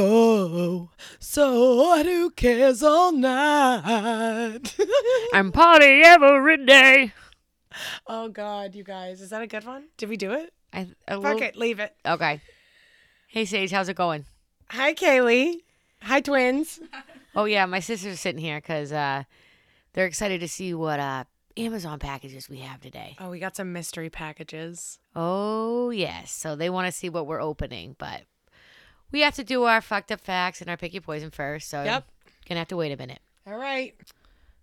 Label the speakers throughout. Speaker 1: So, so what who cares all night?
Speaker 2: I'm party every day.
Speaker 1: oh God, you guys, is that a good one? Did we do it?
Speaker 2: I, a
Speaker 1: Fuck
Speaker 2: little-
Speaker 1: it, leave it.
Speaker 2: Okay. Hey Sage, how's it going?
Speaker 1: Hi, Kaylee. Hi, twins.
Speaker 2: Oh yeah, my sister's sitting here because uh, they're excited to see what uh, Amazon packages we have today.
Speaker 1: Oh, we got some mystery packages.
Speaker 2: Oh yes, so they want to see what we're opening, but we have to do our fucked up facts and our pick your poison first. So
Speaker 1: Yep.
Speaker 2: gonna have to wait a minute.
Speaker 1: All right.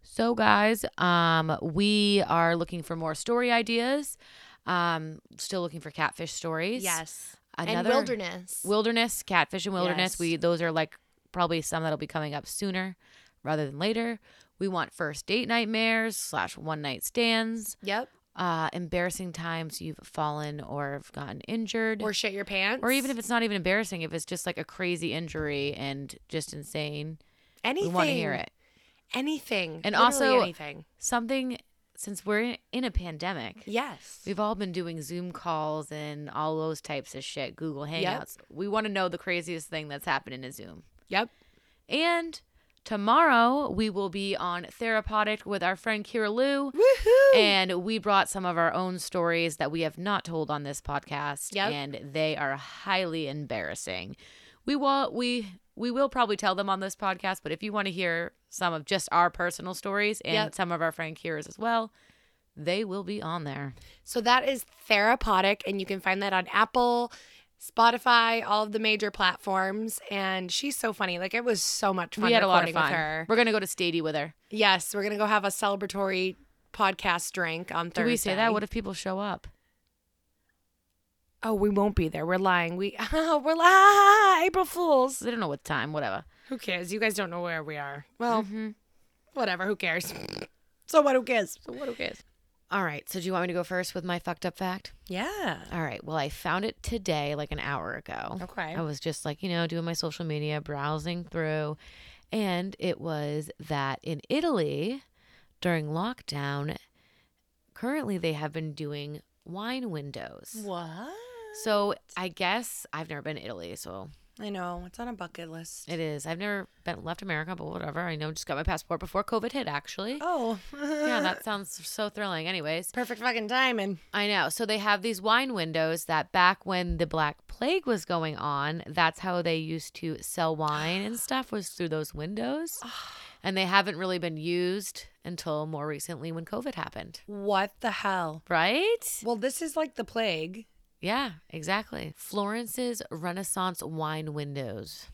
Speaker 2: So, guys, um, we are looking for more story ideas. Um, still looking for catfish stories.
Speaker 3: Yes. and
Speaker 2: Another-
Speaker 3: wilderness.
Speaker 2: wilderness, catfish, and wilderness.
Speaker 1: Yes.
Speaker 2: We those are like probably some that'll be coming up sooner rather than later. We want first date nightmares slash one night stands,
Speaker 3: yep.
Speaker 2: uh, embarrassing times you've fallen or have gotten injured,
Speaker 3: Or shit your pants.
Speaker 2: or even if it's not even embarrassing, if it's just like a crazy injury and just insane,
Speaker 3: anything.
Speaker 2: we want to hear it.
Speaker 3: Anything.
Speaker 2: And
Speaker 3: Literally
Speaker 2: also-
Speaker 3: anything.
Speaker 2: Something since we're in, in a pandemic.
Speaker 3: Yes.
Speaker 2: We've all been doing Zoom calls and all those types of shit, Google Hangouts.
Speaker 3: Yep.
Speaker 2: We want to know the craziest thing that's happened in a Zoom.
Speaker 3: yep.
Speaker 2: And tomorrow we will be on Therapeutic with our friend Kira Lou.
Speaker 3: Woohoo.
Speaker 2: And we brought some of our own stories that we have not told on this podcast.
Speaker 3: Yep.
Speaker 2: And they are highly embarrassing. We will we we will probably tell them on this podcast, but if you want to hear some of just our personal stories and
Speaker 3: Yep.
Speaker 2: some of our friend Kira's as well, they will be on there.
Speaker 3: So that is Therapeutic, and you can find that on Apple, Spotify, all of the major platforms. And she's so funny. Like it was so much fun.
Speaker 2: we had a lot of
Speaker 3: recording
Speaker 2: fun.
Speaker 3: With her.
Speaker 2: We're gonna go to Stady with her.
Speaker 3: Yes, we're gonna go have a celebratory podcast drink on
Speaker 2: Did
Speaker 3: Thursday.
Speaker 2: we say that? What if people show up?
Speaker 3: oh, we won't be there. We're lying. We we're ah, April Fools.
Speaker 2: They don't know what time. Whatever.
Speaker 3: Who cares? You guys don't know where we are. Well,
Speaker 2: Mhm.
Speaker 3: whatever. Who cares? so what? Who cares?
Speaker 2: So what? Who cares? All right. So do you want me to go first with my fucked up fact?
Speaker 3: Yeah.
Speaker 2: All right. Well, I found it today, like an hour ago.
Speaker 3: Okay.
Speaker 2: I was just like, you know, doing my social media, browsing through, and it was that in Italy during lockdown, currently they have been doing wine windows.
Speaker 3: What?
Speaker 2: So I guess I've never been to Italy, so
Speaker 3: I know it's on a bucket list.
Speaker 2: it is. I've never been left America, but whatever. I know just got my passport before COVID hit actually.
Speaker 3: oh.
Speaker 2: Yeah, that sounds so thrilling. Anyways,
Speaker 3: perfect fucking timing.
Speaker 2: I know. So they have these wine windows that back when the Black Plague was going on, that's how they used to sell wine and stuff was through those windows. and they haven't really been used until more recently when COVID happened.
Speaker 3: What the hell?
Speaker 2: Right?
Speaker 3: Well, this is like the plague.
Speaker 2: Yeah, exactly. Florence's Renaissance wine windows.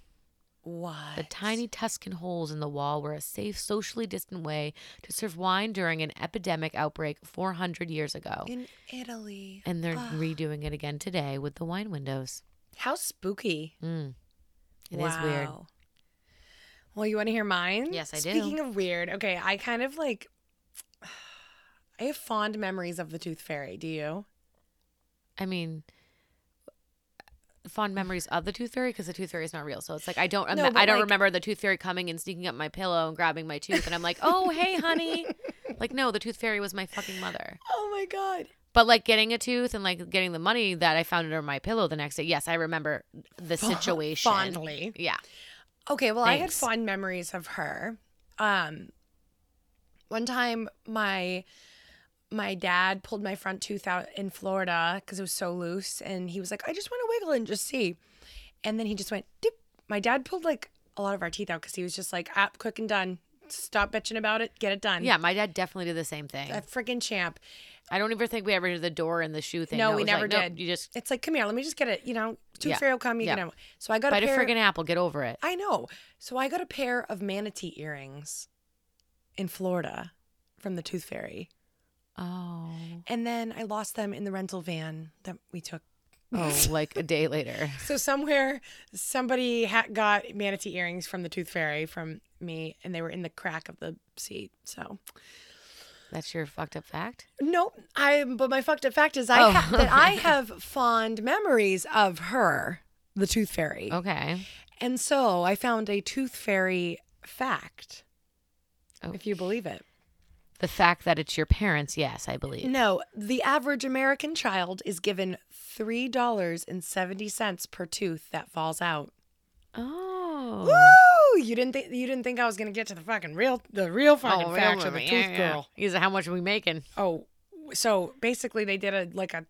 Speaker 3: What?
Speaker 2: The tiny Tuscan holes in the wall were a safe, socially distant way to serve wine during an epidemic outbreak 400 years ago.
Speaker 3: in Italy.
Speaker 2: And they're
Speaker 3: Ugh.
Speaker 2: redoing it again today with the wine windows.
Speaker 3: How spooky.
Speaker 2: Mm. It is
Speaker 3: Wow.
Speaker 2: weird.
Speaker 3: Well, you want to hear mine?
Speaker 2: Yes, I do.
Speaker 3: Speaking of weird, okay, I kind of like. I have fond memories of the Tooth Fairy. Do you?
Speaker 2: I mean, fond memories of the tooth fairy because the tooth fairy is not real. So it's like I don't,
Speaker 3: No,
Speaker 2: remem-
Speaker 3: but,
Speaker 2: I don't
Speaker 3: like-
Speaker 2: remember the tooth fairy coming and sneaking up my pillow and grabbing my tooth, and I'm like, oh hey honey, like no, the tooth fairy was my fucking mother.
Speaker 3: Oh my god.
Speaker 2: But like getting a tooth and like getting the money that I found under my pillow the next day. Yes, I remember the situation.
Speaker 3: Fondly.
Speaker 2: Yeah.
Speaker 3: Okay, well, I had
Speaker 2: Thanks.
Speaker 3: fond memories of her. Um, one time, my my dad pulled my front tooth out in Florida because it was so loose, and he was like, "I just want to wiggle and just see," and then he just went dip. My dad pulled like a lot of our teeth out because he was just like, "Up, quick and done. Stop bitching about it. Get it done."
Speaker 2: Yeah, my dad definitely did the same thing.
Speaker 3: a freaking champ.
Speaker 2: I don't even think we ever did the door and the shoe thing.
Speaker 3: No,
Speaker 2: It
Speaker 3: we
Speaker 2: was like,
Speaker 3: never
Speaker 2: no,
Speaker 3: did.
Speaker 2: you just
Speaker 3: It's like, come here, let me just get it. You know, tooth
Speaker 2: Yeah.
Speaker 3: fairy will come. You
Speaker 2: Yeah.
Speaker 3: can have. So I got
Speaker 2: bite
Speaker 3: a
Speaker 2: a
Speaker 3: pair.
Speaker 2: friggin' apple. Get over it.
Speaker 3: I know. So I got a pair of manatee earrings in Florida from the Tooth Fairy.
Speaker 2: Oh.
Speaker 3: And then I lost them in the rental van that we took.
Speaker 2: Oh, like a day later.
Speaker 3: So somewhere somebody ha- got manatee earrings from the Tooth Fairy from me and they were in the crack of the seat. So
Speaker 2: That's your fucked up fact.
Speaker 3: no, I but my fucked up fact is I
Speaker 2: Oh.
Speaker 3: ha- that I have fond memories of her, the Tooth Fairy.
Speaker 2: Okay.
Speaker 3: And so I found a Tooth Fairy fact.
Speaker 2: Oh.
Speaker 3: If you believe it.
Speaker 2: The fact that it's your parents, yes, I believe.
Speaker 3: No, the average American child is given $3.70 per tooth that falls out.
Speaker 2: Oh.
Speaker 3: Woo! You didn't think you didn't think I was gonna get to the fucking real the real fucking
Speaker 2: real
Speaker 3: fact of the
Speaker 2: movie.
Speaker 3: tooth
Speaker 2: Yeah, yeah.
Speaker 3: girl.
Speaker 2: Is it how much are we making?
Speaker 3: Oh, so basically they did a like a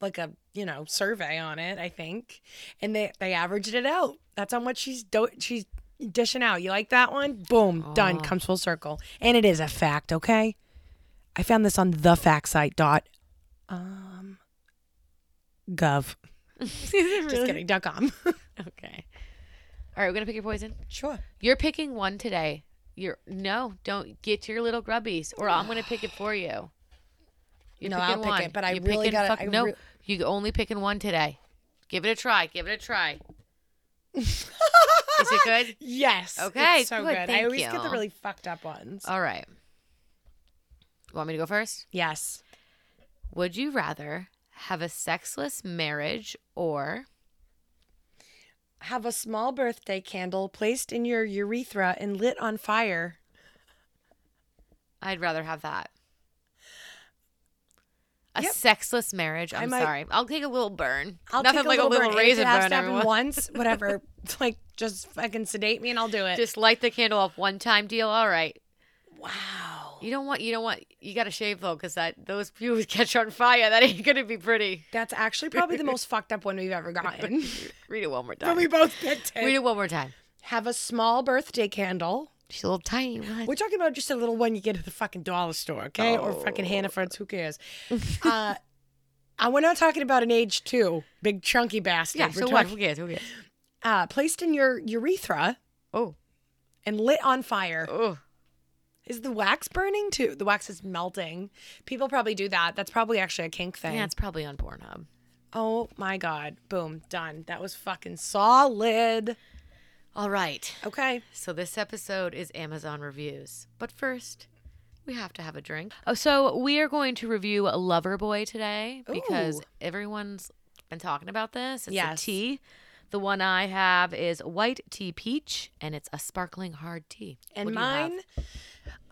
Speaker 3: like a you know survey on it, I think, and they they averaged it out. That's how much she's do- she's dishing out. You like that one? Boom, done.
Speaker 2: Oh.
Speaker 3: Comes full circle, and it is a fact. Okay, I found this on the fact site dot um gov.
Speaker 2: Is it
Speaker 3: Just
Speaker 2: really?
Speaker 3: kidding. Dot com.
Speaker 2: Okay. All right, we're gonna pick your poison.
Speaker 3: sure.
Speaker 2: You're picking one today. You're no, don't get your little grubbies, or I'm gonna pick it for you. You're
Speaker 3: No,
Speaker 2: picking
Speaker 3: I'll pick
Speaker 2: one.
Speaker 3: it, but I
Speaker 2: You're
Speaker 3: really
Speaker 2: picking
Speaker 3: gotta-
Speaker 2: fuck-
Speaker 3: I
Speaker 2: no,
Speaker 3: re-
Speaker 2: you only picking one today. Give it a try. Give it a try. Is it good?
Speaker 3: Yes.
Speaker 2: Okay,
Speaker 3: It's so
Speaker 2: good,
Speaker 3: good. I
Speaker 2: thank
Speaker 3: always get the
Speaker 2: you. Uh,
Speaker 3: really fucked up ones.
Speaker 2: All right. Want me to go first?
Speaker 3: yes.
Speaker 2: Would you rather have a sexless marriage or
Speaker 3: Have a small birthday candle placed in your urethra and lit on fire.
Speaker 2: I'd rather have that. A
Speaker 3: Yep.
Speaker 2: sexless marriage.
Speaker 3: I
Speaker 2: I'm
Speaker 3: might-
Speaker 2: sorry. I'll take a little burn.
Speaker 3: I'll
Speaker 2: Nothing
Speaker 3: take
Speaker 2: like a little,
Speaker 3: burn. And if
Speaker 2: razor
Speaker 3: it has
Speaker 2: burn.
Speaker 3: to happen
Speaker 2: everyone.
Speaker 3: once, whatever. like just fucking sedate me and I'll do it.
Speaker 2: Just light the candle off one time deal. All right.
Speaker 3: wow.
Speaker 2: You don't want. You don't want. You got to shave though, because that those pubes catch on fire. That ain't gonna be pretty.
Speaker 3: That's actually probably the most fucked up one we've ever gotten.
Speaker 2: Read it one more time.
Speaker 3: both picked
Speaker 2: Read it one more time.
Speaker 3: Have a small birthday candle.
Speaker 2: She's a little tiny one.
Speaker 3: We're talking about just a little one you get at the fucking dollar store, okay? Or
Speaker 2: Oh.
Speaker 3: fucking Hannaford's, who cares? uh, and we're not talking about an age two, big chunky bastard.
Speaker 2: yeah.
Speaker 3: We're
Speaker 2: So what?
Speaker 3: talking-
Speaker 2: Who cares? Who cares?
Speaker 3: Uh, placed in your urethra
Speaker 2: Oh.
Speaker 3: and lit on fire.
Speaker 2: Oh.
Speaker 3: Is the wax burning too? The wax is melting. People probably do that. That's probably actually a kink thing.
Speaker 2: Yeah. It's probably on Pornhub.
Speaker 3: Oh my God. Boom. Done. That was fucking solid.
Speaker 2: All right.
Speaker 3: Okay.
Speaker 2: So this episode is Amazon reviews. But first, we have to have a drink. Oh, so we are going to review Loverboy today because
Speaker 3: Ooh.
Speaker 2: everyone's been talking about this. It's
Speaker 3: Yes.
Speaker 2: a tea. The one I have is white tea peach and it's a sparkling hard tea. What
Speaker 3: And
Speaker 2: do you have?
Speaker 3: mine,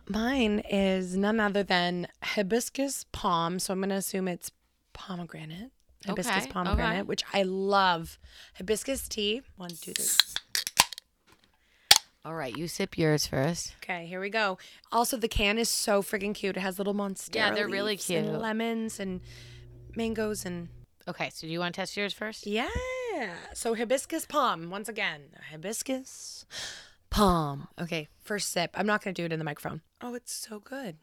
Speaker 3: mine is none other than hibiscus palm. So I'm going to assume it's pomegranate. Hibiscus
Speaker 2: Okay,
Speaker 3: pomegranate,
Speaker 2: okay.
Speaker 3: which I love. Hibiscus tea. One, two, three.
Speaker 2: All right, you sip yours first.
Speaker 3: Okay, here we go. Also, the can is so freaking cute. It has little monstera.
Speaker 2: Yeah, they're really
Speaker 3: leaves and
Speaker 2: cute.
Speaker 3: lemons and mangoes and
Speaker 2: Okay, so do you want to test yours first?
Speaker 3: yeah. So hibiscus palm once again. Hibiscus palm. Okay, first sip. I'm not gonna do it in the microphone. Oh, it's so good.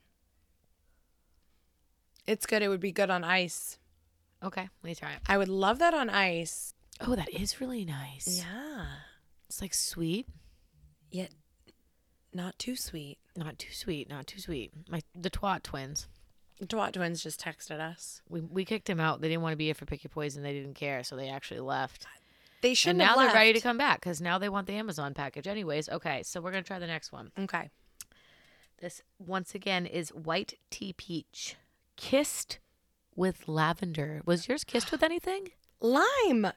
Speaker 3: It's good. It would be good on ice.
Speaker 2: Okay, let me try it.
Speaker 3: I would love that on ice.
Speaker 2: Oh, that is really nice.
Speaker 3: Yeah.
Speaker 2: It's like sweet,
Speaker 3: Yet not too sweet.
Speaker 2: not too sweet, not too sweet. My the twat twins.
Speaker 3: Twat twins just texted us.
Speaker 2: We, we kicked them out. They didn't want to be here for Pick Your Poison. They didn't care, so they actually left.
Speaker 3: They
Speaker 2: and
Speaker 3: shouldn't
Speaker 2: now
Speaker 3: have
Speaker 2: they're ready to
Speaker 3: left.
Speaker 2: come back because now they want the Amazon package. Anyways, okay, so we're gonna try the next one.
Speaker 3: Okay.
Speaker 2: This once again is white tea peach, kissed with lavender. Was yours kissed with anything?
Speaker 3: Lime.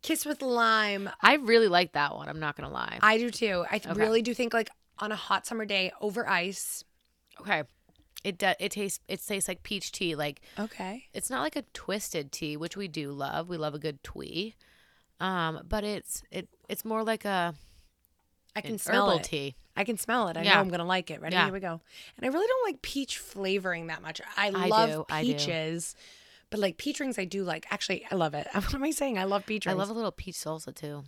Speaker 3: Kiss with lime.
Speaker 2: I really like that one. I'm not gonna lie.
Speaker 3: I do too. I th-
Speaker 2: Okay.
Speaker 3: really do think like on a hot summer day over ice.
Speaker 2: Okay, it does. It tastes. It tastes like peach tea. Like
Speaker 3: Okay.
Speaker 2: it's not like a twisted tea, which we do love. We love a good twee, um, but it's it it's more like a
Speaker 3: I can
Speaker 2: an
Speaker 3: smell
Speaker 2: herbal
Speaker 3: it.
Speaker 2: tea.
Speaker 3: I can smell it. I know
Speaker 2: Yeah.
Speaker 3: I'm gonna like it. Ready?
Speaker 2: Yeah.
Speaker 3: Here we go. And I really don't like peach flavoring that much. I,
Speaker 2: I
Speaker 3: love
Speaker 2: do, I do.
Speaker 3: peaches, but like peach rings, I do like. Actually, I love it. What am I saying? I love peach
Speaker 2: I
Speaker 3: rings.
Speaker 2: love a little peach salsa too.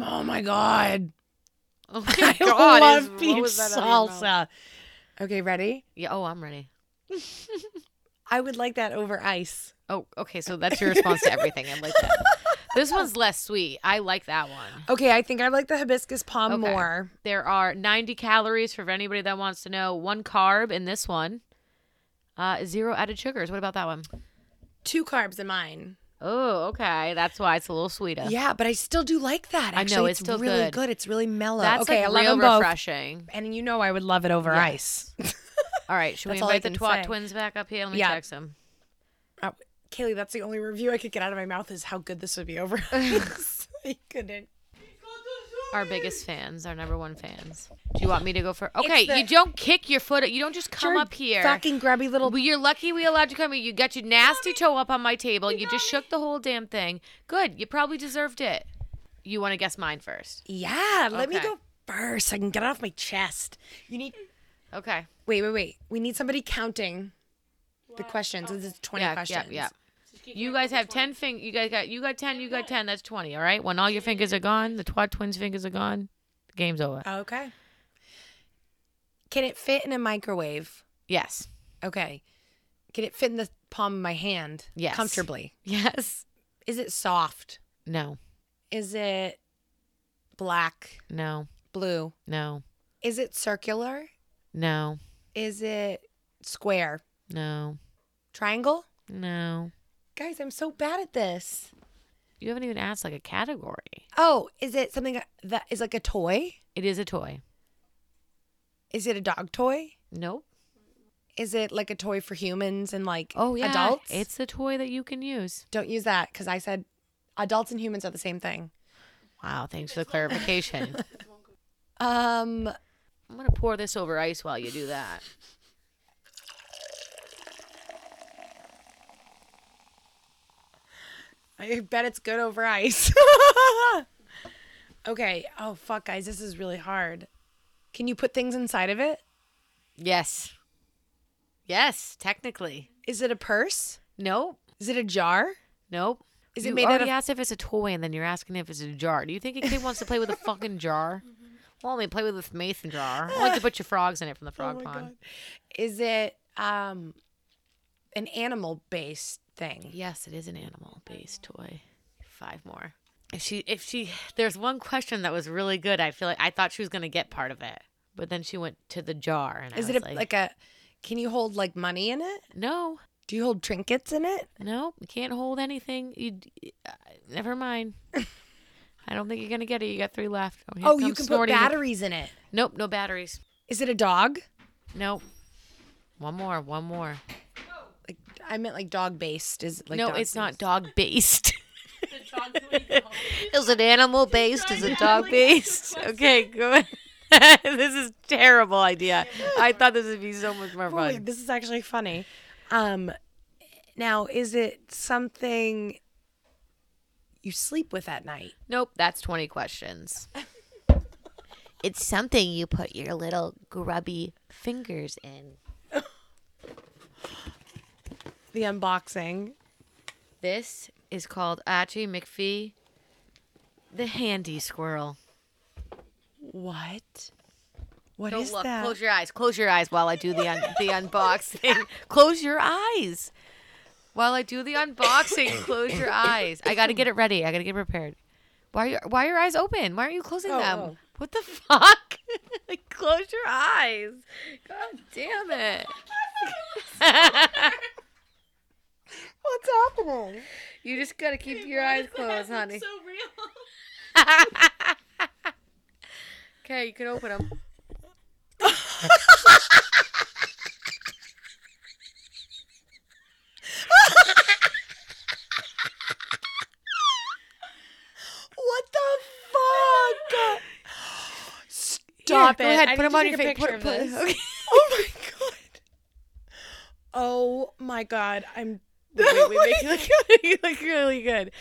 Speaker 3: oh my god!
Speaker 2: Oh
Speaker 3: I love peach salsa. Okay, ready?
Speaker 2: Yeah. Oh, I'm ready.
Speaker 3: I would like that over ice.
Speaker 2: Oh, okay. So that's your response to everything. I like that. This one's less sweet. I like that one.
Speaker 3: Okay, I think I like the hibiscus palm
Speaker 2: Okay.
Speaker 3: more.
Speaker 2: There are 90 calories for anybody that wants to know. One carb in this one. Uh, zero added sugars. What about that one?
Speaker 3: Two carbs in mine.
Speaker 2: Oh, okay. That's why it's a little sweeter.
Speaker 3: Yeah, but I still do like that.
Speaker 2: I
Speaker 3: Actually,
Speaker 2: know, it's still
Speaker 3: really good.
Speaker 2: good.
Speaker 3: It's really mellow.
Speaker 2: That's
Speaker 3: okay,
Speaker 2: like
Speaker 3: I love
Speaker 2: real
Speaker 3: them both.
Speaker 2: refreshing.
Speaker 3: And you know, I would love it over
Speaker 2: Yes.
Speaker 3: ice.
Speaker 2: All right, should we
Speaker 3: That's all I
Speaker 2: invite
Speaker 3: can
Speaker 2: the twat
Speaker 3: say.
Speaker 2: twins back up here? Let me
Speaker 3: Yeah.
Speaker 2: text them.
Speaker 3: Uh, Kaylee, that's the only review I could get out of my mouth is how good this would be over ice. I couldn't.
Speaker 2: Our biggest fans, our number one fans. Do you want me to go for? Okay,
Speaker 3: the-
Speaker 2: you don't kick your foot. You don't just come
Speaker 3: Your
Speaker 2: up here.
Speaker 3: Fucking grubby little.
Speaker 2: Well, you're lucky we allowed you come here. You got your nasty toe up on my table. You just shook the whole damn thing. Good. You probably deserved it. You want to guess mine first?
Speaker 3: Yeah, let me
Speaker 2: Okay.
Speaker 3: go first. I can get it off my chest. You need.
Speaker 2: Okay.
Speaker 3: Wait, wait, wait. We need somebody counting the questions. This is 20
Speaker 2: Yeah.
Speaker 3: questions.
Speaker 2: Yeah. Yeah. You guys have ten fing. You guys got. You got ten. You got ten. That's twenty. All right. When all your fingers are gone, the twat twins' fingers are gone. The game's over.
Speaker 3: Okay. Can it fit in a microwave?
Speaker 2: Yes.
Speaker 3: Okay. Can it fit in the palm of my hand?
Speaker 2: Yes.
Speaker 3: Comfortably.
Speaker 2: Yes.
Speaker 3: Is it soft?
Speaker 2: No.
Speaker 3: Is it black,
Speaker 2: No.
Speaker 3: blue?
Speaker 2: No.
Speaker 3: Is it circular?
Speaker 2: No.
Speaker 3: Is it square?
Speaker 2: No.
Speaker 3: Triangle?
Speaker 2: No.
Speaker 3: Guys, I'm so bad at this.
Speaker 2: You haven't even asked like a category.
Speaker 3: Oh, is it something that is like a toy?
Speaker 2: It is a toy.
Speaker 3: Is it a dog toy?
Speaker 2: Nope.
Speaker 3: Is it like a toy for humans and like
Speaker 2: Oh yeah.
Speaker 3: adults?
Speaker 2: It's a toy that you can use.
Speaker 3: Don't use that because I said adults and humans are the same thing.
Speaker 2: Wow. Thanks for the clarification.
Speaker 3: Um,
Speaker 2: I'm gonna pour this over ice while you do that.
Speaker 3: I bet it's good over ice. okay. Oh fuck, guys, this is really hard. Can you put things inside of it?
Speaker 2: Yes. Yes. Technically.
Speaker 3: Is it a purse?
Speaker 2: Nope.
Speaker 3: Is it a jar?
Speaker 2: Nope.
Speaker 3: Is it
Speaker 2: You
Speaker 3: made out
Speaker 2: already
Speaker 3: of-
Speaker 2: asked if it's a toy, and then you're asking if it's a jar. Do you think a kid wants to play with a fucking jar?
Speaker 3: Mm-hmm.
Speaker 2: Well, they play with this mason jar. I like to put your frogs in it from the frog
Speaker 3: Oh
Speaker 2: pond.
Speaker 3: Is it um an animal based thing?
Speaker 2: Yes, it is an animal-based toy. Five more. If she, if she, there's one question that was really good. I feel like I thought she was gonna get part of it, but then she went to the jar, and
Speaker 3: Is
Speaker 2: I
Speaker 3: it
Speaker 2: was
Speaker 3: a,
Speaker 2: like,
Speaker 3: like a can you hold like money in it?
Speaker 2: no,
Speaker 3: Do you hold trinkets in it?
Speaker 2: no, you can't hold anything. You, uh, never mind. I don't think you're gonna get it. You got three left. here
Speaker 3: Oh, you
Speaker 2: comes
Speaker 3: can put
Speaker 2: Snorty with-
Speaker 3: batteries in it.
Speaker 2: Nope, no batteries.
Speaker 3: Is it a dog?
Speaker 2: Nope. One more, one more.
Speaker 3: Like I meant like dog based is like
Speaker 2: no,
Speaker 3: dog
Speaker 2: it's not
Speaker 3: based.
Speaker 2: dog based. Is it animal based? Is it dog based? Okay, good. this is terrible idea. I thought this would be so much more
Speaker 3: Oh, wait,
Speaker 2: fun.
Speaker 3: this is actually funny. Um, now is it something you sleep with at night?
Speaker 2: Nope, that's 20 questions.
Speaker 4: It's something you put your little grubby fingers in.
Speaker 3: The unboxing.
Speaker 2: This is called Archie McPhee, the handy squirrel.
Speaker 3: What? What
Speaker 2: Don't
Speaker 3: is
Speaker 2: Oh, look.
Speaker 3: that?
Speaker 2: Close your eyes. Close your eyes while I do the un- the unboxing. Close your eyes while I do the unboxing. Close your eyes. I gotta get it ready. I gotta get prepared. Why are your Why are your eyes open? Why aren't you closing
Speaker 3: Oh,
Speaker 2: them?
Speaker 3: oh.
Speaker 2: What the fuck? Close your eyes. God damn it.
Speaker 3: What's happening?
Speaker 2: you just gotta keep your eyes closed, honey.
Speaker 5: so real.
Speaker 2: Okay, you can open them.
Speaker 3: What the fuck? Stop
Speaker 2: Go
Speaker 3: it!
Speaker 2: ahead.
Speaker 3: I
Speaker 2: Put
Speaker 3: need
Speaker 2: them
Speaker 3: to
Speaker 2: on
Speaker 3: take
Speaker 2: your
Speaker 3: a
Speaker 2: face. Put,
Speaker 3: picture of this.
Speaker 2: put- okay.
Speaker 3: Oh my god. Oh my god. I'm.
Speaker 2: Wait, wait, make you look, you look really good.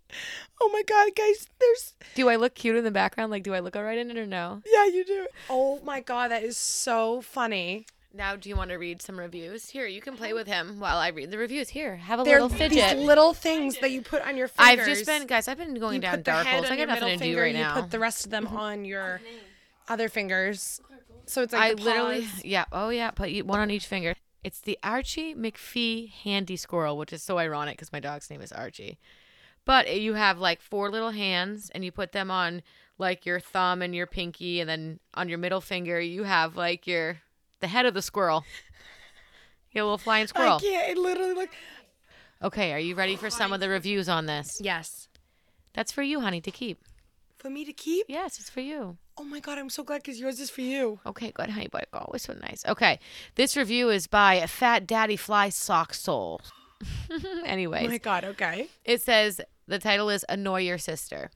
Speaker 3: oh my god, guys. There's.
Speaker 2: Do I look cute in the background? Like, do I look all right in it or no?
Speaker 3: Yeah, you do. Oh my god, that is so funny.
Speaker 2: Now, do you want to read some reviews? Here, you can play with him while I read the reviews. Here, have a
Speaker 3: They're
Speaker 2: little
Speaker 3: these
Speaker 2: fidget.
Speaker 3: little things that you put on your fingers.
Speaker 2: I've just been, guys. I've been going
Speaker 3: you
Speaker 2: down
Speaker 3: put the
Speaker 2: dark
Speaker 3: head
Speaker 2: holes.
Speaker 3: on
Speaker 2: I
Speaker 3: your
Speaker 2: got nothing
Speaker 3: middle
Speaker 2: to do
Speaker 3: finger,
Speaker 2: right
Speaker 3: you
Speaker 2: now. Mm-hmm.
Speaker 3: put the rest of them on your other fingers. So it's
Speaker 2: I
Speaker 3: like the
Speaker 2: literally,
Speaker 3: paws.
Speaker 2: yeah, oh yeah, put you- one on each finger. It's the Archie McPhee Handy Squirrel, which is so ironic because my dog's name is Archie. But you have like four little hands, and you put them on like your thumb and your pinky, and then on your middle finger you have like your the head of the squirrel, your little flying
Speaker 3: I
Speaker 2: squirrel.
Speaker 3: can't. It literally look.
Speaker 2: Okay, are you ready for some of the reviews on this?
Speaker 3: Yes.
Speaker 2: That's for you, honey, to keep.
Speaker 3: For me to keep.
Speaker 2: Yes, it's for you.
Speaker 3: Oh my god, I'm so glad because yours is for you.
Speaker 2: Okay, good, honey. Boy, go. It's so nice. Okay, this review is by Fat Daddy Fly Sock Soul.
Speaker 3: Oh
Speaker 2: Anyways,
Speaker 3: my god. Okay.
Speaker 2: it says the title is Annoy Your Sister.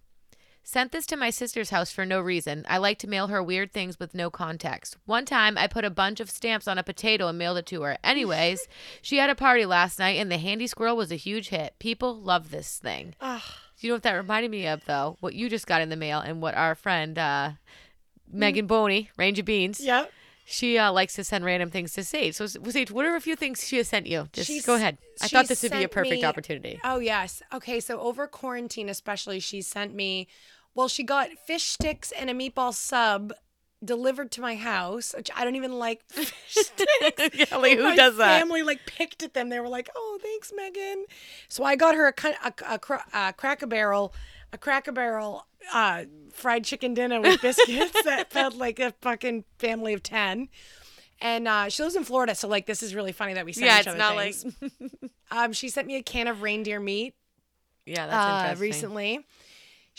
Speaker 2: Sent this to my sister's house for no reason. I like to mail her weird things with no context. One time, I put a bunch of stamps on a potato and mailed it to her. Anyways, she had a party last night and the handy squirrel was a huge hit. People love this thing.
Speaker 3: Ugh.
Speaker 2: You know what that reminded me of though? What you just got in the mail and what our friend uh, Megan Boney, Range of Beans,
Speaker 1: Yeah.
Speaker 2: she uh, likes to send random things to Sage. So Sage, what are a few things she has sent you? Just
Speaker 3: She's-
Speaker 2: go ahead. I
Speaker 3: she
Speaker 2: thought this would be a
Speaker 3: sent
Speaker 2: perfect
Speaker 3: me-
Speaker 2: opportunity.
Speaker 3: Oh yes. Okay, so over quarantine especially she sent me well, she got fish sticks and a meatball sub delivered to my house, which I don't even like fish sticks.
Speaker 2: yeah, like, who
Speaker 3: My
Speaker 2: does that?
Speaker 3: Family like picked at them. They were like, "Oh, thanks, Megan." So I got her a cun- a, a, cra- a Cracker Barrel, a Cracker Barrel uh, fried chicken dinner with biscuits that felt like a fucking family of ten. And uh, she lives in Florida, so like this is really funny that we send
Speaker 2: yeah,
Speaker 3: each
Speaker 2: it's
Speaker 3: other
Speaker 2: not
Speaker 3: things.
Speaker 2: like
Speaker 3: Um, she sent me a can of reindeer meat
Speaker 2: yeah,
Speaker 3: uh,
Speaker 2: that's interesting.
Speaker 3: recently.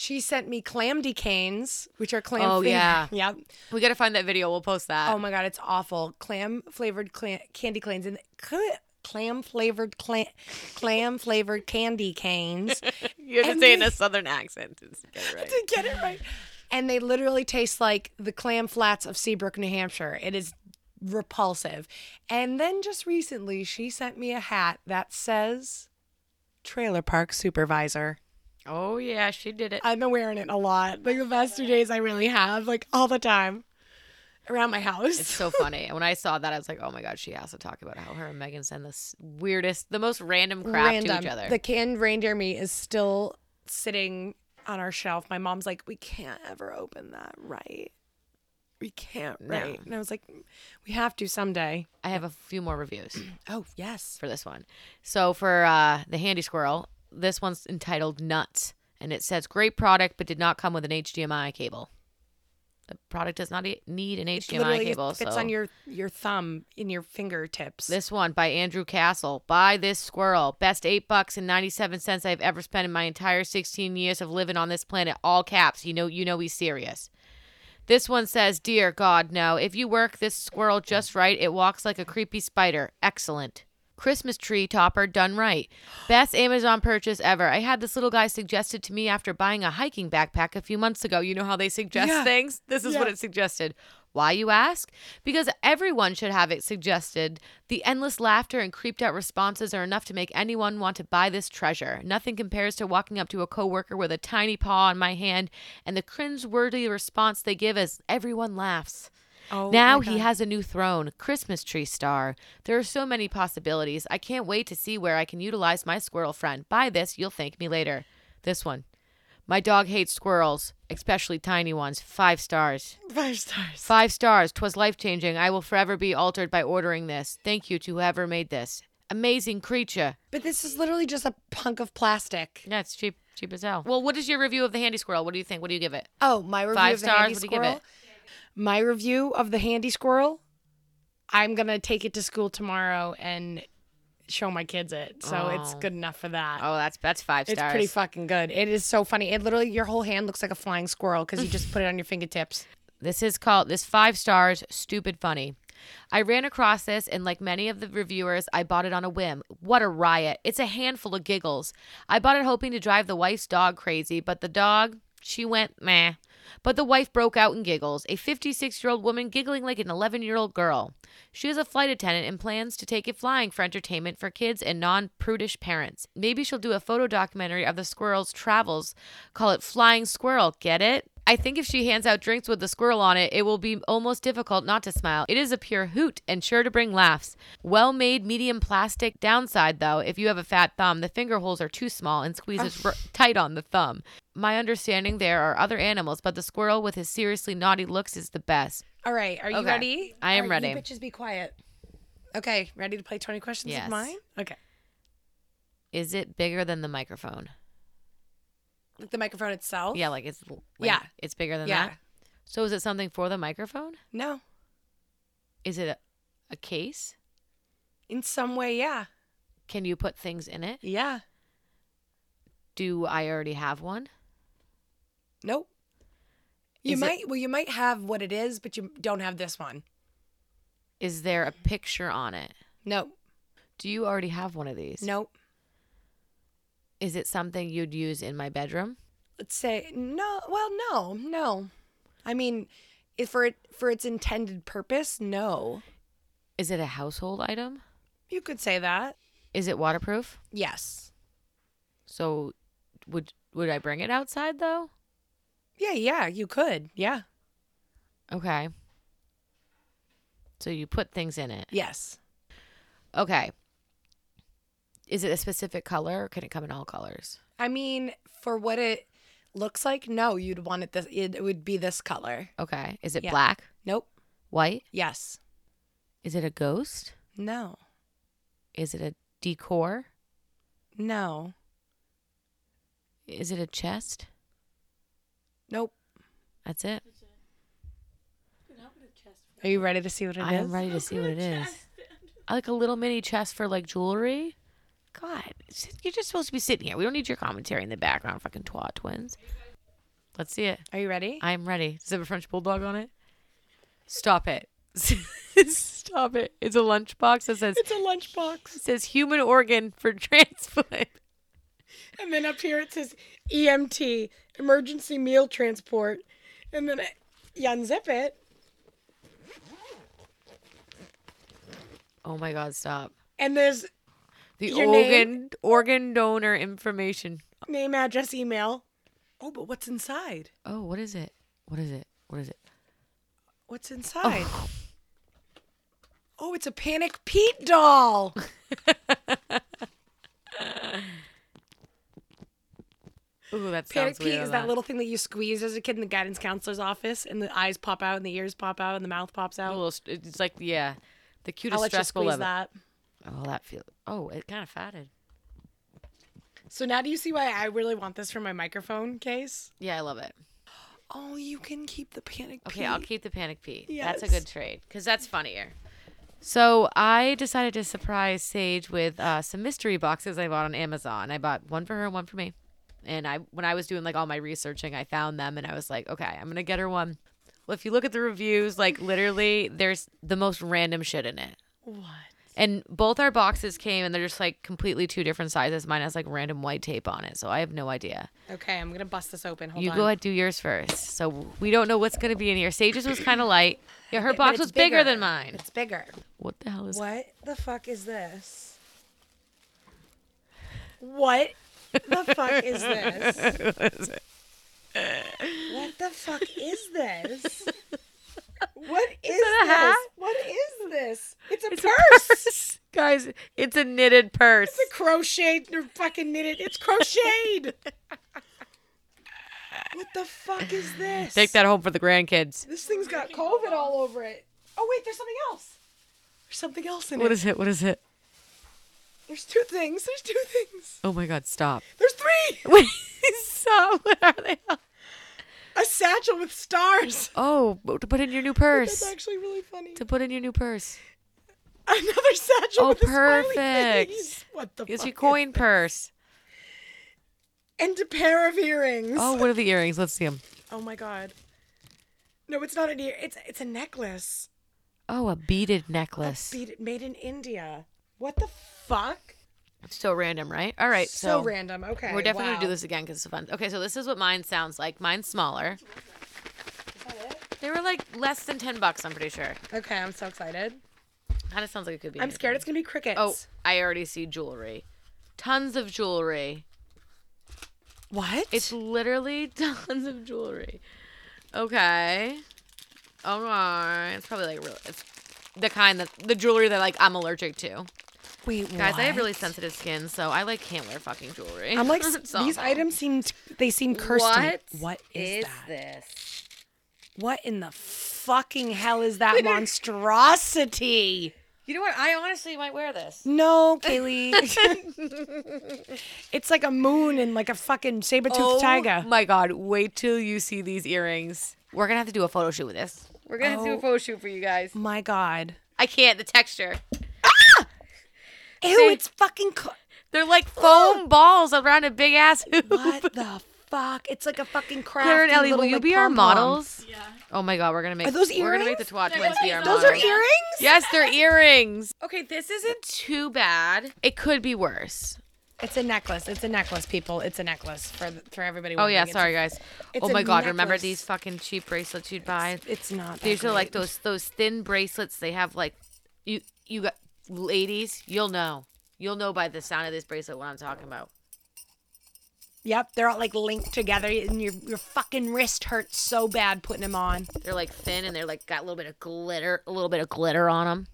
Speaker 3: She sent me clam decanes, which are clam.
Speaker 2: Oh,
Speaker 3: flavor-
Speaker 2: yeah.
Speaker 3: yeah.
Speaker 2: We got to find that video. We'll post that.
Speaker 3: Oh my god, it's awful. Clam flavored clam- candy canes and cl- clam flavored clam clam flavored candy canes.
Speaker 2: you have to
Speaker 3: and
Speaker 2: say it in
Speaker 3: they-
Speaker 2: a southern accent. It's good, right?
Speaker 3: to get it right. And they literally taste like the clam flats of Seabrook, New Hampshire. It is repulsive. And then just recently, she sent me a hat that says trailer park supervisor.
Speaker 2: Oh yeah, she did it.
Speaker 3: I've been wearing it a lot. Like the past two days, I really have, like all the time, around my house.
Speaker 2: It's so funny. And when I saw that, I was like, oh my God, she has to talk about how her and Megan send this weirdest, the most random crap to each other.
Speaker 3: The canned reindeer meat is still sitting on our shelf. My mom's like, we can't ever open that, right? We can't,
Speaker 2: No.
Speaker 3: right? And I was like, we have to someday.
Speaker 2: I have a few more reviews
Speaker 3: Oh, yes.
Speaker 2: for this one. So for uh, the Handy Squirrel, this one's entitled Nuts. And it says, great product, but did not come with an HDMI cable. The product does not e- need an HDMI
Speaker 3: Literally
Speaker 2: cable.
Speaker 3: fits
Speaker 2: so-
Speaker 3: on your, your thumb in your fingertips.
Speaker 2: This one by Andrew Castle. Buy this squirrel. Best eight bucks and ninety seven cents I've ever spent in my entire sixteen years of living on this planet. All caps. You know you know he's serious. This one says, Dear God, no. If you work this squirrel just right, it walks like a creepy spider. Excellent. Christmas tree topper done right. Best Amazon purchase ever. I had this little guy suggested to me after buying a hiking backpack a few months ago. You know how they suggest
Speaker 3: Yeah.
Speaker 2: things? This is what
Speaker 3: Yeah.
Speaker 2: it suggested. Why, you ask? Because everyone should have it suggested. The endless laughter and creeped out responses are enough to make anyone want to buy this treasure. Nothing compares to walking up to a coworker with a tiny paw in my hand, and the cringe-worthy response they give as everyone laughs.
Speaker 3: oh,
Speaker 2: now
Speaker 3: my
Speaker 2: he
Speaker 3: God.
Speaker 2: has a new throne, Christmas tree star. There are so many possibilities. I can't wait to see where I can utilize my squirrel friend. Buy this, you'll thank me later. This one. My dog hates squirrels, especially tiny ones. Five stars.
Speaker 3: five stars.
Speaker 2: Five stars. 'Twas life changing. I will forever be altered by ordering this. Thank you to whoever made this. Amazing creature.
Speaker 3: But this is literally just a punk of plastic.
Speaker 2: Yeah, it's cheap, cheap as hell. Well, what is your review of the handy squirrel? What do you think? What do you give it?
Speaker 3: Oh, my review
Speaker 2: Five
Speaker 3: of the handy
Speaker 2: stars, what do you give
Speaker 3: squirrel. My review of the handy squirrel. I'm gonna take it to school tomorrow and show my kids it. So it's
Speaker 2: Oh.
Speaker 3: good enough for that.
Speaker 2: Oh, that's that's five
Speaker 3: it's
Speaker 2: stars.
Speaker 3: pretty fucking good. It is so funny. It literally your whole hand looks like a flying squirrel because you just put it on your fingertips.
Speaker 2: This is called this five stars stupid funny. I ran across this and like many of the reviewers, I bought it on a whim. What a riot. It's a handful of giggles. I bought it hoping to drive the wife's dog crazy, but the dog, she went meh. But the wife broke out in giggles, a 56 year old woman giggling like an 11 year old girl. She is a flight attendant and plans to take it flying for entertainment for kids and non prudish parents. Maybe she'll do a photo documentary of the squirrel's travels, call it Flying Squirrel. Get it? I think if she hands out drinks with the squirrel on it, it will be almost difficult not to smile. It is a pure hoot and sure to bring laughs. Well made medium plastic. Downside though, if you have a fat thumb, the finger holes are too small and squeezes r- tight on the thumb. My understanding there are other animals, but the squirrel with his seriously naughty looks is the best.
Speaker 3: All right, are you
Speaker 2: Okay.
Speaker 3: ready?
Speaker 2: I am
Speaker 3: All
Speaker 2: ready.
Speaker 3: You bitches, be quiet. Okay, ready to play twenty questions
Speaker 2: Yes.
Speaker 3: with mine? Okay,
Speaker 2: Is it bigger than the microphone?
Speaker 3: like the microphone itself.
Speaker 2: Yeah, like it's like,
Speaker 3: Yeah.
Speaker 2: it's bigger than
Speaker 3: Yeah.
Speaker 2: that. So is it something for the microphone?
Speaker 3: No,
Speaker 2: Is it a, a case?
Speaker 3: in some way, yeah,
Speaker 2: Can you put things in it?
Speaker 3: yeah.
Speaker 2: Do I already have one?
Speaker 3: Nope. You
Speaker 2: Is it-
Speaker 3: might well, you might have what it is, but you don't have this one.
Speaker 2: Is there a picture on it?
Speaker 3: Nope.
Speaker 2: Do you already have one of these?
Speaker 3: Nope.
Speaker 2: Is it something you'd use in my bedroom?
Speaker 3: Let's say no. Well, no, no. I mean, if for it for its intended purpose, no.
Speaker 2: Is it a household item?
Speaker 3: You could say that.
Speaker 2: Is it waterproof?
Speaker 3: Yes.
Speaker 2: So would would I bring it outside though?
Speaker 3: Yeah, yeah, you could. Yeah.
Speaker 2: Okay. So you put things in it.
Speaker 3: Yes.
Speaker 2: Okay. Is it a specific color or can it come in all colors?
Speaker 3: I mean, for what it looks like, no, you'd want it this it, it would be this color.
Speaker 2: Okay. Is it
Speaker 3: Yeah.
Speaker 2: black?
Speaker 3: Nope.
Speaker 2: White?
Speaker 3: Yes.
Speaker 2: Is it a ghost?
Speaker 3: No.
Speaker 2: Is it a decor?
Speaker 3: No.
Speaker 2: Is it a chest?
Speaker 3: Nope.
Speaker 2: That's it.
Speaker 3: Are you ready to see what it is?
Speaker 2: I am ready to see what it is. I Like a little mini chest for like jewelry. God, s- you're just supposed to be sitting here. We don't need your commentary in the background, fucking twat twins. Let's see it.
Speaker 3: Are you ready?
Speaker 2: I'm ready. Does it have a French bulldog on it? Stop it. Stop it. It's a lunchbox that says
Speaker 1: It's a lunchbox.
Speaker 2: it says human organ for transplant.
Speaker 1: And then up here it says
Speaker 3: E
Speaker 1: EMT, emergency meal transport. And then I, you unzip it.
Speaker 2: Oh my god, stop.
Speaker 1: And there's
Speaker 2: The
Speaker 1: Your
Speaker 2: organ
Speaker 1: name?
Speaker 2: organ donor information.
Speaker 1: name, address, email.
Speaker 3: Oh, but what's inside?
Speaker 2: Oh, what is it? What is it? What is it?
Speaker 3: What's inside? Oh, it's a Panic Pete doll.
Speaker 2: Ooh, that
Speaker 3: Panic
Speaker 2: sounds weird
Speaker 3: Pete
Speaker 2: on
Speaker 3: is that little thing that you squeeze as a kid in the guidance counselor's office, and the eyes pop out, and the ears pop out, and the mouth pops
Speaker 2: A
Speaker 3: out.
Speaker 2: little, st- it's like yeah, the
Speaker 3: I'll
Speaker 2: cutest
Speaker 3: let you
Speaker 2: stress ball
Speaker 3: squeeze
Speaker 2: ever.
Speaker 3: that.
Speaker 2: Oh, that feel. Oh, it kind of fatted.
Speaker 1: So now do you see why I really
Speaker 3: Want this for my microphone case?
Speaker 2: Yeah, I love it.
Speaker 3: Oh, you can keep the Panic
Speaker 2: Okay, I'll keep the panic pee. That's a
Speaker 1: Yes.
Speaker 2: good trade because that's funnier. So I decided to surprise Sage with uh, some mystery boxes I bought on Amazon. I bought one for her and one for me. And I, when I was doing like all my researching, I found them and I was like, okay, I'm gonna get her one. Well, if you look at the reviews, like literally, there's the most random shit in it.
Speaker 3: What?
Speaker 2: And both our boxes came and they're just like completely two different sizes. Mine has like random white tape on it, so I have no idea.
Speaker 3: Okay, I'm gonna bust this open. Hold
Speaker 2: you
Speaker 3: on.
Speaker 2: go ahead, do yours first. So we don't know what's gonna be in here. Sage's was kind of light. Yeah, her
Speaker 3: But
Speaker 2: box
Speaker 3: it's
Speaker 2: was bigger. than mine.
Speaker 3: It's bigger.
Speaker 2: What the hell is?
Speaker 3: What the fuck is this?
Speaker 1: What the fuck is this? what the fuck is this? What is,
Speaker 2: that a
Speaker 1: this?
Speaker 2: hat?
Speaker 1: What is this? It's a
Speaker 2: It's a
Speaker 1: purse.
Speaker 2: purse, guys. It's a knitted purse.
Speaker 1: It's a crocheted or fucking knitted. It's crocheted. what the fuck is this?
Speaker 2: Take that home for the grandkids.
Speaker 1: This thing's got COVID all over it. Oh wait, there's something else.
Speaker 3: There's something else in
Speaker 2: What
Speaker 3: it.
Speaker 2: is it? What is it?
Speaker 1: There's two things. There's two things.
Speaker 2: Oh my God! Stop.
Speaker 1: There's three.
Speaker 2: Wait, stop. What are they?
Speaker 1: A satchel with stars.
Speaker 2: Oh, but to put in your new purse.
Speaker 1: That's actually really funny.
Speaker 2: To put in your new purse.
Speaker 1: Another satchel
Speaker 2: Oh,
Speaker 1: with a smiley
Speaker 2: perfect.
Speaker 1: face. What the
Speaker 2: It's
Speaker 1: fuck?
Speaker 2: your coin purse.
Speaker 1: And a pair of earrings.
Speaker 2: Oh, what are the earrings? Let's see them.
Speaker 1: Oh my god. No, it's not an ear. It's it's a necklace.
Speaker 2: Oh, a beaded necklace.
Speaker 1: Beat it- Made in India. What the fuck?
Speaker 2: so random, right? All right. So,
Speaker 1: So, random. Okay.
Speaker 2: We're definitely gonna do
Speaker 1: wow.
Speaker 2: this again because it's fun. Okay, so this is what mine sounds like. Mine's smaller. They were like less than ten bucks. I'm pretty sure.
Speaker 3: Okay, I'm so excited.
Speaker 2: Kind of sounds like it could be.
Speaker 3: I'm
Speaker 2: anything.
Speaker 3: scared it's gonna be crickets.
Speaker 2: Oh, I already see jewelry. Tons of jewelry.
Speaker 3: what?
Speaker 2: It's literally tons of jewelry. Okay. All right. It's probably like really. It's the kind that the jewelry that like I'm allergic to.
Speaker 3: wait,
Speaker 2: Guys, I have
Speaker 3: what?
Speaker 2: really sensitive skin, so I like can't wear fucking jewelry.
Speaker 3: I'm like
Speaker 2: It's
Speaker 3: these
Speaker 2: awful.
Speaker 3: items seem they seem cursed. to me.
Speaker 2: What?
Speaker 3: What is, that?
Speaker 2: this?
Speaker 3: What in the fucking hell is that monstrosity?
Speaker 2: You know what? I honestly might wear this.
Speaker 3: No, Kaylee. it's like a moon and like a fucking saber toothed
Speaker 2: Oh
Speaker 3: tiger.
Speaker 2: my god! Wait till you see these earrings. We're gonna have to do a photo shoot with this. We're gonna have to do
Speaker 3: Oh.
Speaker 2: a photo shoot for you guys.
Speaker 3: My God.
Speaker 2: I can't. The texture.
Speaker 3: Ew,
Speaker 2: See?
Speaker 3: it's fucking. Co-
Speaker 2: They're like foam balls around a big ass hoop.
Speaker 3: Oh. what the fuck? It's like a fucking crap.
Speaker 2: Claire and Ellie, will you be our models? Yeah. Oh my god, we're gonna make
Speaker 3: Are those
Speaker 2: We're gonna make the
Speaker 3: earrings?
Speaker 2: twat twins be our
Speaker 3: Those
Speaker 2: models.
Speaker 3: are earrings?
Speaker 2: Yes, they're earrings. Okay, this isn't too bad. It could be worse.
Speaker 3: It's a necklace. It's a necklace, people. It's a necklace for the, for everybody.
Speaker 2: Oh yeah,
Speaker 3: wondering. It's a-
Speaker 2: sorry guys.
Speaker 3: it's
Speaker 2: Oh
Speaker 3: a
Speaker 2: my god, remember
Speaker 3: necklace.
Speaker 2: these fucking cheap bracelets you'd buy?
Speaker 3: It's not. that
Speaker 2: These are like
Speaker 3: great.
Speaker 2: those those thin bracelets. They have like you you got ladies. You'll know. You'll know by the sound of this bracelet what I'm talking about.
Speaker 3: Yep, they're all like linked together, and your your fucking wrist hurts so bad putting them on.
Speaker 2: They're like thin and they're like got a little bit of glitter, a little bit of glitter on them.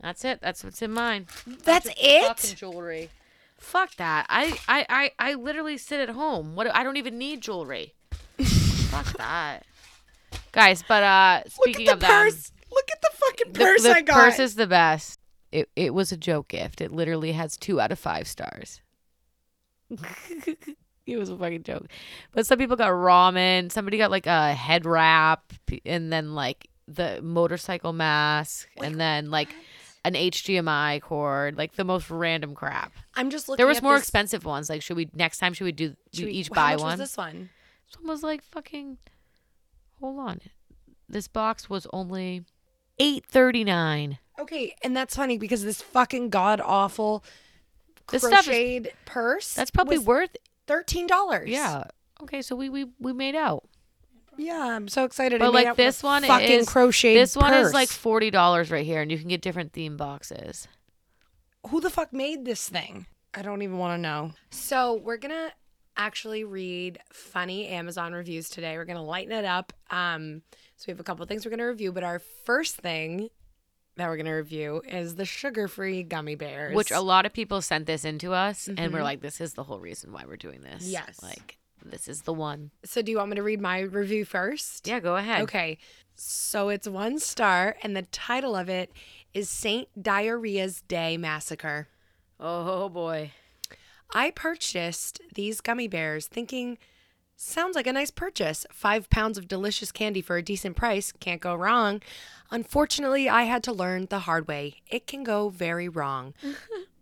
Speaker 2: That's it. That's what's in mine.
Speaker 3: That's
Speaker 2: Fucking
Speaker 3: it.
Speaker 2: jewelry. Fuck that. I, I I I literally sit at home. What I don't even need jewelry. Fuck that. Guys, but uh
Speaker 1: Look
Speaker 2: speaking
Speaker 1: at
Speaker 2: of
Speaker 1: the
Speaker 2: that
Speaker 1: purse. Look at the fucking
Speaker 2: the,
Speaker 1: purse
Speaker 2: the
Speaker 1: I got.
Speaker 2: purse is the best. It it was a joke gift. It literally has two out of five stars. it was a fucking joke. But some people got ramen. Somebody got like a head wrap, p- and then like the motorcycle mask, and then like an HDMI cord, like the most random crap.
Speaker 3: I'm just looking.
Speaker 2: There was
Speaker 3: at
Speaker 2: more
Speaker 3: this-
Speaker 2: expensive ones. Like, should we next time? Should we do
Speaker 3: Should
Speaker 2: do
Speaker 3: we-
Speaker 2: each
Speaker 3: how
Speaker 2: buy
Speaker 3: much was
Speaker 2: one?
Speaker 3: this one.
Speaker 2: This one was like fucking. Hold on, this box was only eight thirty nine.
Speaker 3: Okay, and that's funny because this fucking god awful
Speaker 2: This stuff is-
Speaker 3: crocheted purse.
Speaker 2: That's probably
Speaker 3: was
Speaker 2: worth
Speaker 3: thirteen dollars.
Speaker 2: Yeah. Okay, so we we we made out.
Speaker 3: yeah. I'm so excited. I
Speaker 2: But
Speaker 3: made out
Speaker 2: like
Speaker 3: with a
Speaker 2: this one
Speaker 3: fucking
Speaker 2: is
Speaker 3: crocheted.
Speaker 2: This one is like
Speaker 3: purse.
Speaker 2: forty dollars right here, and you can get different theme boxes.
Speaker 3: who the fuck made this thing? I don't even want to know. So we're gonna actually read funny Amazon reviews today. We're gonna lighten it up. Um, so we have a couple things we're gonna review, but our first thing that we're gonna review is the sugar-free gummy bears,
Speaker 2: Which a lot of people sent this into us, and we're like, this is the whole reason why we're doing this.
Speaker 3: Yes.
Speaker 2: Like this is the one.
Speaker 3: so do you want me to read my review first?
Speaker 2: Yeah, go ahead.
Speaker 3: Okay. So it's one star, and the title of it is Saint Diarrhea's Day Massacre.
Speaker 2: Oh boy.
Speaker 3: I purchased these gummy bears thinking, sounds like a nice purchase. Five pounds of delicious candy for a decent price. Can't go wrong. Unfortunately, I had to learn the hard way. It can go very wrong.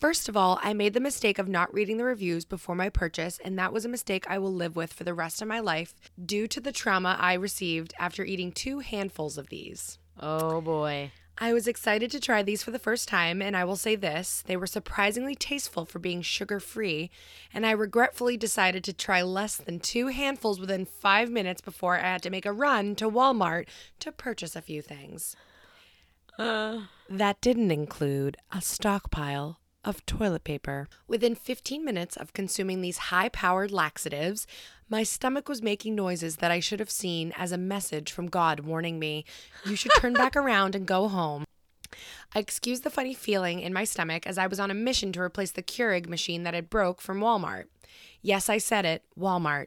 Speaker 3: First of all, I made the mistake of not reading the reviews before my purchase, and that was a mistake I will live with for the rest of my life due to the trauma I received after eating two handfuls of these.
Speaker 2: Oh boy.
Speaker 3: I was excited to try these for the first time, and I will say this they were surprisingly tasteful for being sugar free, and I regretfully decided to try less than two handfuls within five minutes before I had to make a run to Walmart to purchase a few things.
Speaker 2: Uh.
Speaker 3: That didn't include a stockpile of toilet paper. Within 15 minutes of consuming these high powered laxatives, my stomach was making noises that I should have seen as a message from God warning me, you should turn back around and go home. I excused the funny feeling in my stomach as I was on a mission to replace the Keurig machine that had broke from Walmart. Yes, I said it, Walmart.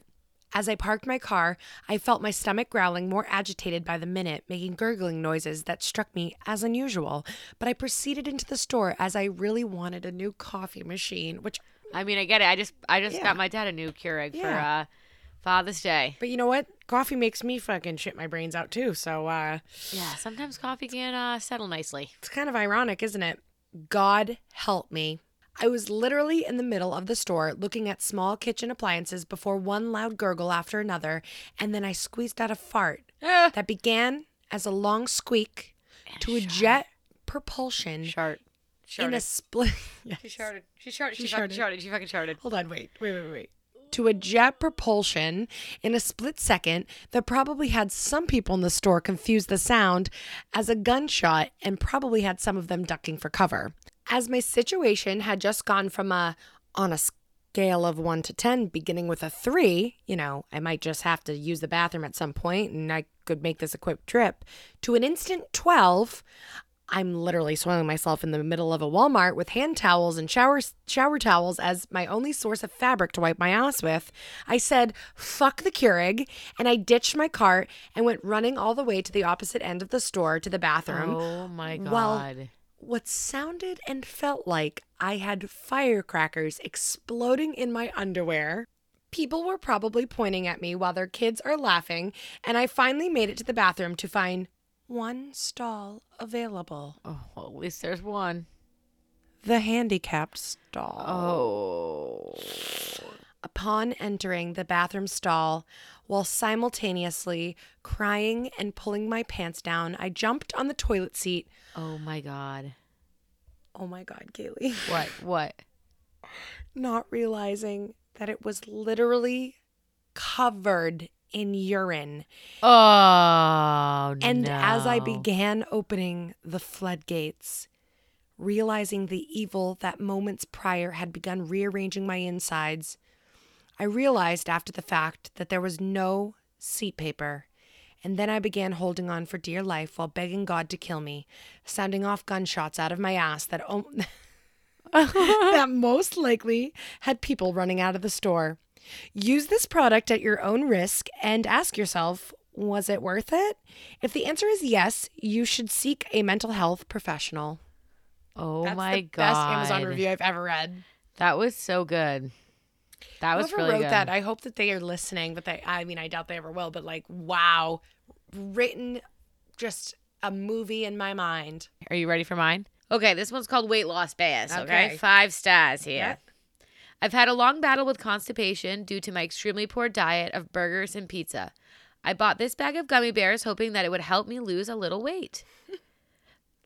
Speaker 3: As I parked my car, I felt my stomach growling more agitated by the minute, making gurgling noises that struck me as unusual. But I proceeded into the store as I really wanted a new coffee machine, which,
Speaker 2: I mean, I get it. I just I just
Speaker 3: Yeah.
Speaker 2: got my dad a new Keurig
Speaker 3: Yeah.
Speaker 2: for uh Father's Day.
Speaker 3: but you know what? Coffee makes me fucking shit my brains out too, so, uh.
Speaker 2: Yeah, sometimes coffee can uh settle nicely.
Speaker 3: It's kind of ironic, isn't it? God help me. I was literally in the middle of the store looking at small kitchen appliances before one loud gurgle after another, and then I squeezed out a fart
Speaker 2: Ah.
Speaker 3: that began as a long squeak to a jet propulsion
Speaker 2: Shart.
Speaker 3: in a
Speaker 2: Sharted.
Speaker 3: split.
Speaker 2: She sharted. She sharted.
Speaker 3: She
Speaker 2: She, fucking
Speaker 3: sharted.
Speaker 2: sharted. She fucking sharted.
Speaker 3: Hold on, wait, wait, wait, wait. To a jet propulsion in a split second that probably had some people in the store confused the sound as a gunshot and probably had some of them ducking for cover. As my situation had just gone from a on a scale of one to 10, beginning with a three, you know, I might just have to use the bathroom at some point and I could make this a quick trip, to an instant 12, I'm literally soiling myself in the middle of a Walmart with hand towels and shower shower towels as my only source of fabric to wipe my ass with. I said, "Fuck the Keurig," and I ditched my cart and went running all the way to the opposite end of the store to the bathroom.
Speaker 2: Oh my god.
Speaker 3: Well, What sounded and felt like I had firecrackers exploding in my underwear. People were probably pointing at me while their kids are laughing, and I finally made it to the bathroom to find one stall available.
Speaker 2: Oh, well, at least there's one.
Speaker 3: the handicapped stall.
Speaker 2: Oh.
Speaker 3: Upon entering the bathroom stall, while simultaneously crying and pulling my pants down, I jumped on the toilet seat.
Speaker 2: Oh my God.
Speaker 3: Oh my God, Kaylee.
Speaker 2: What? What?
Speaker 3: Not realizing that it was literally covered in urine.
Speaker 2: Oh.
Speaker 3: And as I
Speaker 2: no.
Speaker 3: began opening the floodgates, realizing the evil that moments prior had begun rearranging my insides, I realized after the fact that there was no seat paper. And then I began holding on for dear life while begging God to kill me, sounding off gunshots out of my ass that o- that most likely had people running out of the store. Use this product at your own risk and ask yourself, was it worth it? If the answer is yes, you should seek a mental health professional.
Speaker 2: Oh
Speaker 3: That's
Speaker 2: my
Speaker 3: the
Speaker 2: god.
Speaker 3: best Amazon review I've ever read.
Speaker 2: That was so good. That was
Speaker 3: Whoever
Speaker 2: really
Speaker 3: wrote
Speaker 2: good.
Speaker 3: that, I hope that they are listening, but they I mean I doubt they ever will, but like wow. Written just a movie in my mind.
Speaker 2: Are you ready for mine? Okay, this one's called Weight Loss Bass. Okay.
Speaker 3: Okay.
Speaker 2: Five stars here.
Speaker 3: Yeah.
Speaker 2: I've had a long battle with constipation due to my extremely poor diet of burgers and pizza. I bought this bag of gummy bears hoping that it would help me lose a little weight.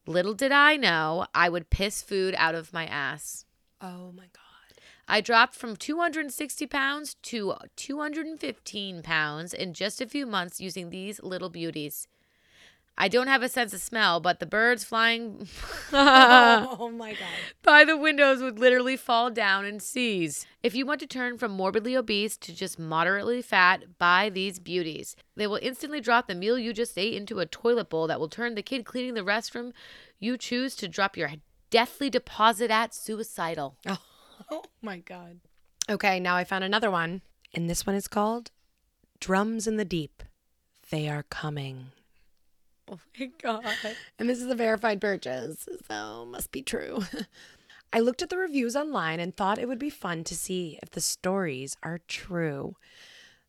Speaker 2: little did I know I would piss food out of my ass.
Speaker 3: Oh my god.
Speaker 2: I dropped from 260 pounds to 215 pounds in just a few months using these little beauties. I don't have a sense of smell, but the birds flying
Speaker 3: oh my god.
Speaker 2: by the windows would literally fall down and seize. If you want to turn from morbidly obese to just moderately fat, buy these beauties. They will instantly drop the meal you just ate into a toilet bowl that will turn the kid cleaning the restroom you choose to drop your deathly deposit at suicidal.
Speaker 1: Oh my god.
Speaker 3: Okay, now I found another one. And this one is called Drums in the Deep. They are coming.
Speaker 1: Oh my god.
Speaker 2: Oh
Speaker 3: And this is a verified purchase, so must be true. I looked at the reviews online and thought it would be fun to see if the stories are true.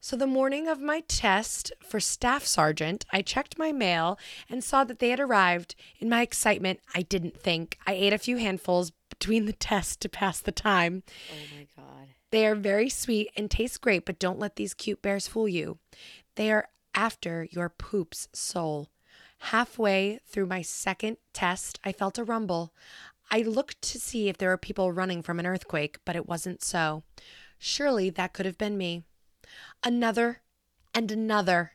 Speaker 3: So, the morning of my test for staff sergeant, I checked my mail and saw that they had arrived. In my excitement, I didn't think. I ate a few handfuls between the tests to pass the time.
Speaker 2: Oh my god.
Speaker 3: They are very sweet and taste great, but don't let these cute bears fool you. They are after your poop's soul. Halfway through my second test, I felt a rumble. I looked to see if there were people running from an earthquake, but it wasn't so. Surely that could have been me. Another and another,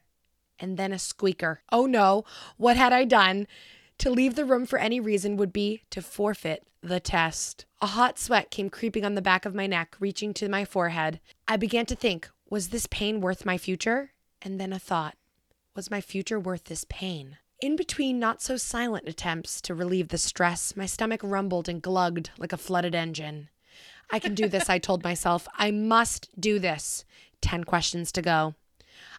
Speaker 3: and then a squeaker. Oh no, what had I done? To leave the room for any reason would be to forfeit the test. A hot sweat came creeping on the back of my neck, reaching to my forehead. I began to think, was this pain worth my future? And then a thought, was my future worth this pain? In between not so silent attempts to relieve the stress, my stomach rumbled and glugged like a flooded engine. I can do this, I told myself. I must do this. Ten questions to go.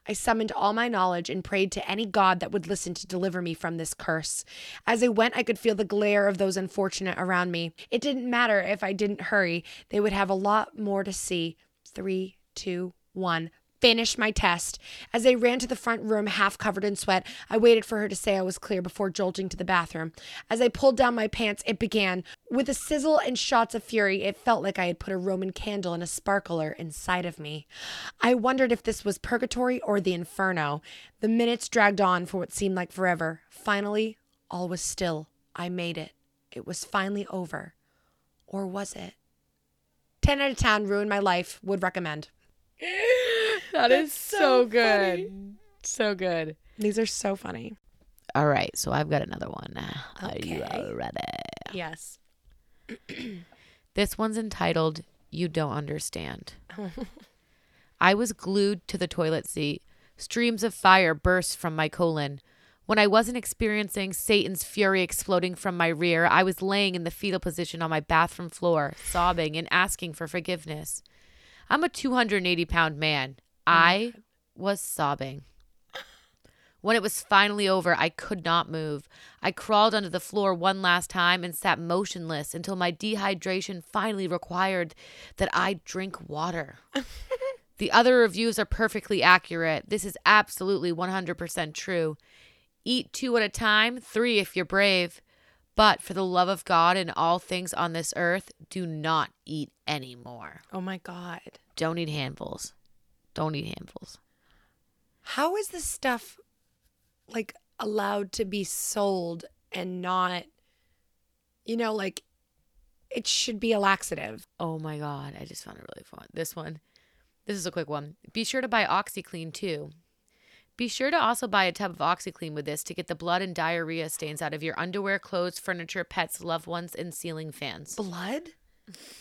Speaker 3: I summoned all my knowledge and prayed to any god that would listen to deliver me from this curse. As I went, I could feel the glare of those unfortunate around me. It didn't matter if I didn't hurry, they would have a lot more to see. Three, two, one. Finish my test. As I ran to the front room, half covered in sweat, I waited for her to say I was clear before jolting to the bathroom. As I pulled down my pants, it began. With a sizzle and shots of fury, it felt like I had put a Roman candle and a sparkler inside of me. I wondered if this was purgatory or the inferno. The minutes dragged on for what seemed like forever. Finally, all was still. I made it. It was finally over. Or was it? 10 out of 10 ruined my life. Would recommend.
Speaker 1: That's
Speaker 2: That's
Speaker 1: so
Speaker 2: so, good. So good.
Speaker 3: These are so funny.
Speaker 2: All right, so I've got another one. Uh, Are
Speaker 3: Okay.
Speaker 2: you ready?
Speaker 3: Yes.
Speaker 2: This one's entitled You Don't Understand. I was glued to the toilet seat. Streams of fire burst from my colon. When I wasn't experiencing Satan's fury exploding from my rear, I was laying in the fetal position on my bathroom floor, sobbing and asking for forgiveness. I'm a 280 pound man. I was sobbing. When it was finally over, I could not move. I crawled under the floor one last time and sat motionless until my dehydration finally required that I drink water. the other reviews are perfectly accurate. This is absolutely 100% true. Eat two at a time, three if you're brave. But for the love of God and all things on this earth, do not eat anymore.
Speaker 3: Oh my God.
Speaker 2: Don't eat handfuls. Don't eat handfuls.
Speaker 3: How is this stuff like allowed to be sold and not, you know, like it should be a laxative?
Speaker 2: Oh my God. I just found it really fun. This one. This is a quick one. Be sure to buy OxyClean too. Be sure to also buy a tub of OxyClean with this to get the blood and diarrhea stains out of your underwear, clothes, furniture, pets, loved ones, and ceiling fans.
Speaker 3: Blood?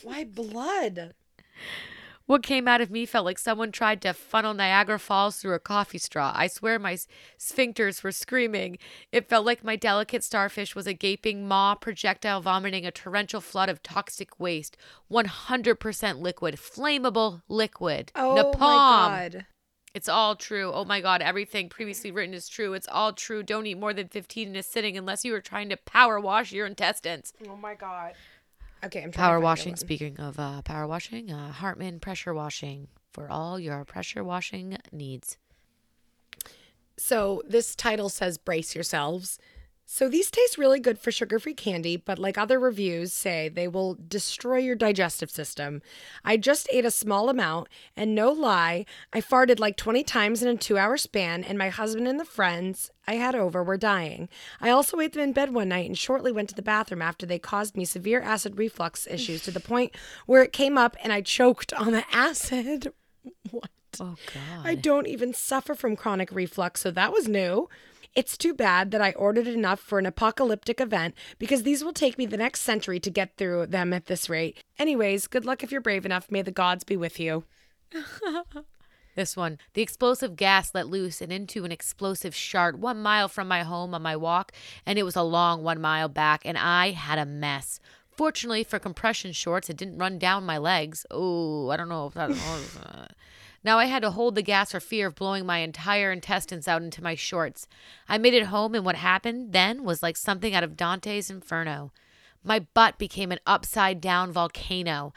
Speaker 3: Why blood?
Speaker 2: What came out of me felt like someone tried to funnel Niagara Falls through a coffee straw. I swear my s- sphincters were screaming. It felt like my delicate starfish was a gaping maw projectile vomiting a torrential flood of toxic waste. 100% liquid, flammable liquid.
Speaker 3: Oh my
Speaker 2: Napalm.
Speaker 3: god.
Speaker 2: It's all true. Oh my God, everything previously written is true. It's all true. Don't eat more than 15 in a sitting unless you are trying to power wash your intestines.
Speaker 1: Oh my god.
Speaker 3: Okay, I'm trying to find
Speaker 2: Power
Speaker 3: the
Speaker 2: washing.
Speaker 3: one.
Speaker 2: Speaking of uh, power washing, uh, Hartman pressure washing for all your pressure washing needs.
Speaker 3: So this title says brace yourselves. So these taste really good for sugar-free candy, but like other reviews say, they will destroy your digestive system. I just ate a small amount, and no lie, I farted like 20 times in a 2-hour span, and my husband and the friends I had over were dying. I also ate them in bed one night and shortly went to the bathroom after they caused me severe acid reflux issues to the point where it came up and I choked on the acid. What?
Speaker 2: Oh God.
Speaker 3: I don't even suffer from chronic reflux, so that was new. It's too bad that I ordered enough for an apocalyptic event because these will take me the next century to get through them at this rate. Anyways, good luck if you're brave enough. May the gods be with you.
Speaker 2: This one. The explosive gas let loose and into an explosive shard one mile from my home on my walk, and it was a long one mile back, and I had a mess. Fortunately for compression shorts, it didn't run down my legs. Oh, I don't know if that. uh. now I had to hold the gas for fear of blowing my entire intestines out into my shorts. I made it home, and what happened then was like something out of Dante's Inferno. My butt became an upside down volcano.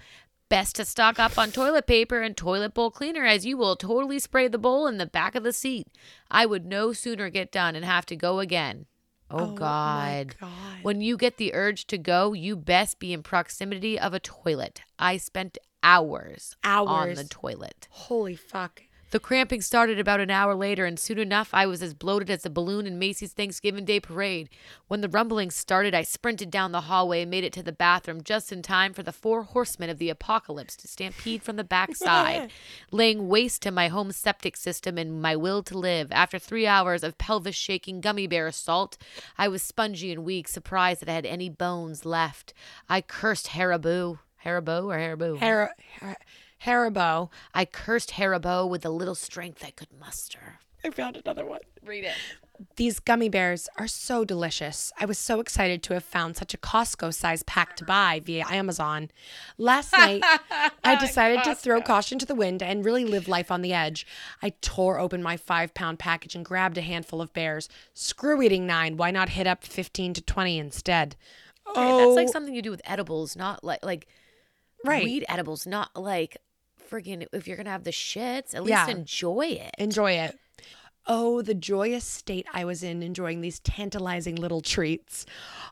Speaker 2: Best to stock up on toilet paper and toilet bowl cleaner as you will totally spray the bowl in the back of the seat. I would no sooner get done and have to go again. Oh, God. When you get the urge to go, you best be in proximity of a toilet. I spent hours, on
Speaker 3: Hours.
Speaker 2: the toilet.
Speaker 3: Holy fuck.
Speaker 2: The cramping started about an hour later, and soon enough, I was as bloated as a balloon in Macy's Thanksgiving Day parade. When the rumbling started, I sprinted down the hallway and made it to the bathroom just in time for the four horsemen of the apocalypse to stampede from the backside, laying waste to my home septic system and my will to live. After three hours of pelvis shaking gummy bear assault, I was spongy and weak, surprised that I had any bones left. I cursed Haribo. Haribo or Haribo?
Speaker 3: Har- Har- Haribo.
Speaker 2: I cursed Haribo with the little strength I could muster.
Speaker 1: I found another one.
Speaker 2: Read it.
Speaker 3: These gummy bears are so delicious. I was so excited to have found such a Costco sized pack to buy via Amazon. Last night, I decided to throw caution to the wind and really live life on the edge. I tore open my five pound package and grabbed a handful of bears. Screw eating nine. Why not hit up 15 to 20 instead?
Speaker 2: Okay, that's like something you do with edibles, not like like
Speaker 3: Right.
Speaker 2: weed edibles, not like friggin' if you're gonna have the shits, at least
Speaker 3: Yeah.
Speaker 2: enjoy it.
Speaker 3: Enjoy it. Oh, the joyous state I was in enjoying these tantalizing little treats.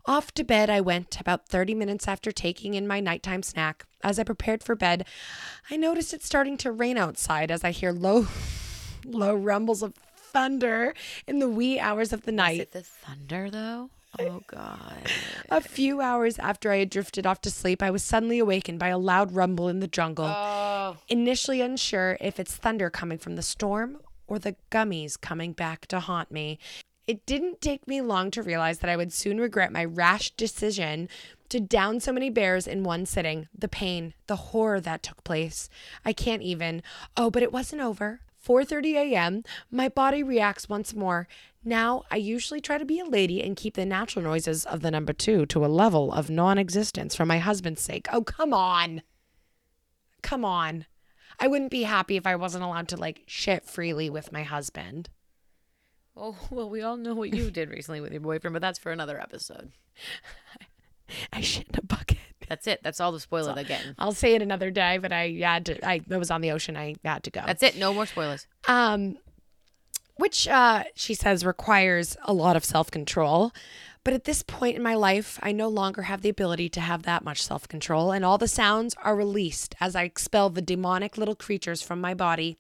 Speaker 3: Off to bed I went about 30 minutes after taking in my nighttime snack. As I prepared for bed, I noticed it starting to rain outside as I hear low low rumbles of thunder in the wee hours of the
Speaker 2: Is
Speaker 3: night.
Speaker 2: it the thunder though? Oh god.
Speaker 3: A few hours after I had drifted off to sleep, I was suddenly awakened by a loud rumble in the jungle. Initially unsure if it's thunder coming from the storm or the gummies coming back to haunt me. It didn't take me long to realize that I would soon regret my rash decision to down so many bears in one sitting. The pain, the horror that took place. I can't even. Oh, but it wasn't over. 4:30 a.m. my body reacts once more. Now I usually try to be a lady and keep the natural noises of the number 2 to a level of non-existence for my husband's sake. Oh, come on. Come on. I wouldn't be happy if I wasn't allowed to like shit freely with my husband.
Speaker 2: Oh well, we all know what you did recently with your boyfriend, but that's for another episode.
Speaker 3: I shit in a bucket.
Speaker 2: That's it. That's all the spoiler again.
Speaker 3: I'll say it another day, but I had to I, I was on the ocean. I had to go.
Speaker 2: That's it. No more spoilers.
Speaker 3: um which uh she says requires a lot of self-control but at this point in my life i no longer have the ability to have that much self-control and all the sounds are released as i expel the demonic little creatures from my body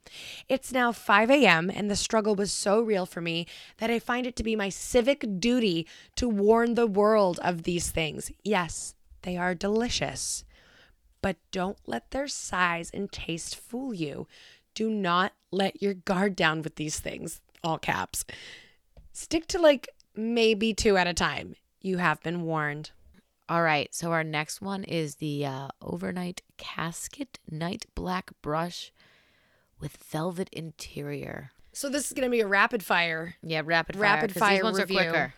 Speaker 3: it's now 5 a.m and the struggle was so real for me that i find it to be my civic duty to warn the world of these things yes they are delicious but don't let their size and taste fool you. Do not let your guard down with these things. all caps. Stick to like maybe two at a time. You have been warned.
Speaker 2: All right. So our next one is the uh, overnight casket night black brush with velvet interior.
Speaker 3: So this is going to be a rapid fire.
Speaker 2: Yeah, rapid fire.
Speaker 3: Rapid
Speaker 2: 'cause these
Speaker 3: fire
Speaker 2: ones
Speaker 3: review.
Speaker 2: are quicker.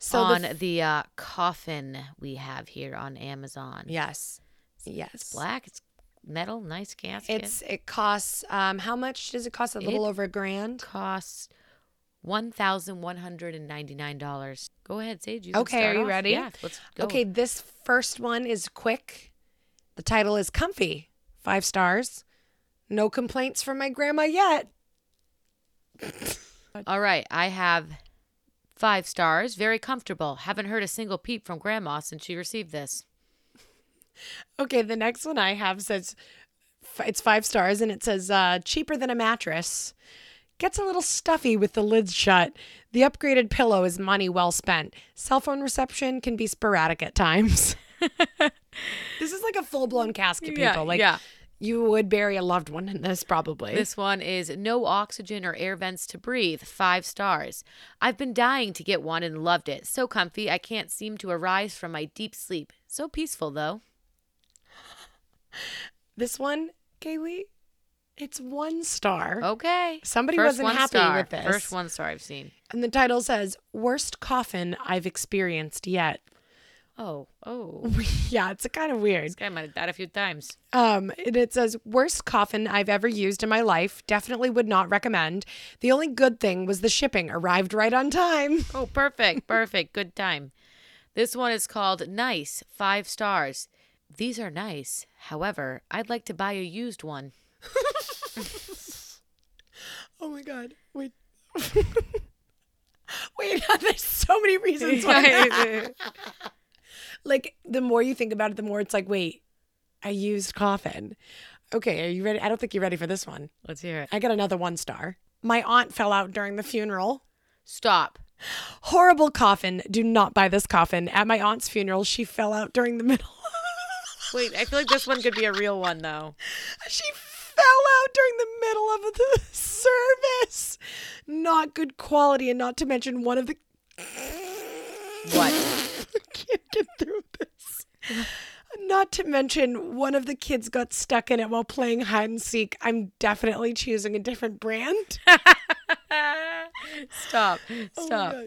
Speaker 3: So
Speaker 2: on
Speaker 3: the
Speaker 2: the,
Speaker 3: f-
Speaker 2: uh, coffin we have here on Amazon.
Speaker 3: yes, yes,
Speaker 2: It's black. It's metal. Nice casket.
Speaker 3: It's it costs um how much does it cost? A little
Speaker 2: It-
Speaker 3: over a grand.
Speaker 2: costs one thousand one hundred and ninety nine dollars. Go ahead, Sage. You can
Speaker 3: Okay, are
Speaker 2: start
Speaker 3: you
Speaker 2: off.
Speaker 3: ready?
Speaker 2: Yeah, let's go.
Speaker 3: Okay, this first one is quick. The title is Comfy. Five stars. No complaints from my grandma yet.
Speaker 2: All right, I have five stars. Very comfortable. Haven't heard a single peep from Grandma since she received this.
Speaker 3: Okay, the next one I have says f- it's five stars and it says uh, cheaper than a mattress. Gets a little stuffy with the lids shut. The upgraded pillow is money well spent. Cell phone reception can be sporadic at times. this is like a full blown casket, people.
Speaker 2: Yeah,
Speaker 3: like,
Speaker 2: yeah.
Speaker 3: you would bury a loved one in this, probably.
Speaker 2: This one is no oxygen or air vents to breathe. Five stars. I've been dying to get one and loved it. So comfy, I can't seem to arise from my deep sleep. So peaceful though.
Speaker 3: This one, Kaylee, it's one star.
Speaker 2: Oh. Okay.
Speaker 3: Somebody
Speaker 2: First
Speaker 3: wasn't
Speaker 2: one
Speaker 3: happy
Speaker 2: star.
Speaker 3: with this.
Speaker 2: First one star I've seen.
Speaker 3: And the title says, Worst Coffin I've Experienced Yet.
Speaker 2: Oh, oh.
Speaker 3: yeah, it's kind of weird.
Speaker 2: This guy might have died a few times.
Speaker 3: Um, and it says, Worst coffin I've ever used in my life. Definitely would not recommend. The only good thing was the shipping arrived right on time.
Speaker 2: Oh, perfect. Perfect. Good time. This one is called Nice. Five stars. These are nice. However, I'd like to buy a used one.
Speaker 3: Oh my God. Wait. Wait, there's so many reasons why. like, the more you think about it, the more it's like, wait, I used coffin. Okay, are you ready? I don't think you're ready for this one.
Speaker 2: Let's hear it.
Speaker 3: I got another one star. My aunt fell out during the funeral.
Speaker 2: Stop.
Speaker 3: Horrible coffin. Do not buy this coffin. At my aunt's funeral, she fell out during the middle.
Speaker 2: Wait, I feel like this one could be a real one though.
Speaker 3: she fell out during the middle of the service. Not good quality, and not to mention one of the.
Speaker 2: What?
Speaker 3: I can't get through this. Not to mention one of the kids got stuck in it while playing hide and seek. I'm definitely choosing a different brand.
Speaker 2: Stop. Stop.
Speaker 3: God.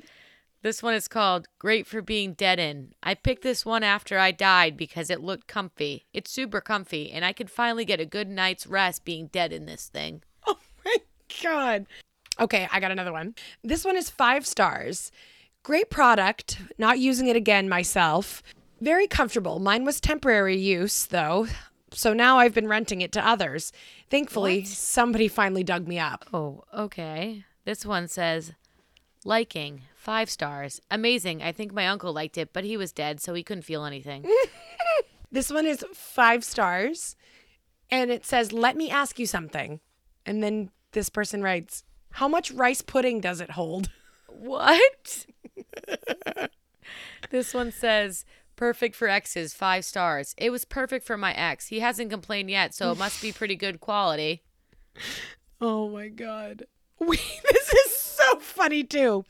Speaker 2: this one is called Great for Being Dead In. I picked this one after I died because it looked comfy. It's super comfy, and I could finally get a good night's rest being dead in this thing.
Speaker 3: Oh my God. Okay, I got another one. This one is five stars. Great product. Not using it again myself. Very comfortable. Mine was temporary use, though. So now I've been renting it to others. Thankfully, somebody finally dug me up.
Speaker 2: Oh, okay. This one says liking, five stars. Amazing. I think my uncle liked it, but he was dead, so he couldn't feel anything.
Speaker 3: This one is five stars. And it says, Let me ask you something. And then this person writes, How much rice pudding does it hold?
Speaker 2: what? this one says perfect for exes, five stars. It was perfect for my ex. He hasn't complained yet, so it must be pretty good quality.
Speaker 3: Oh my god. Wait, this is so funny too.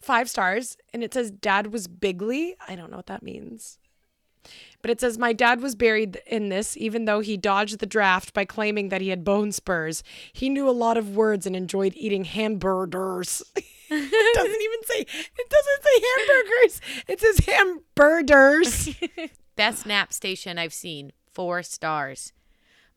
Speaker 3: Five stars, and it says dad was bigly. I don't know what that means. But it says my dad was buried in this, even though he dodged the draft by claiming that he had bone spurs. He knew a lot of words and enjoyed eating hamburgers. it doesn't even say it doesn't say hamburgers. It says hamburgers.
Speaker 2: Best nap station I've seen, four stars.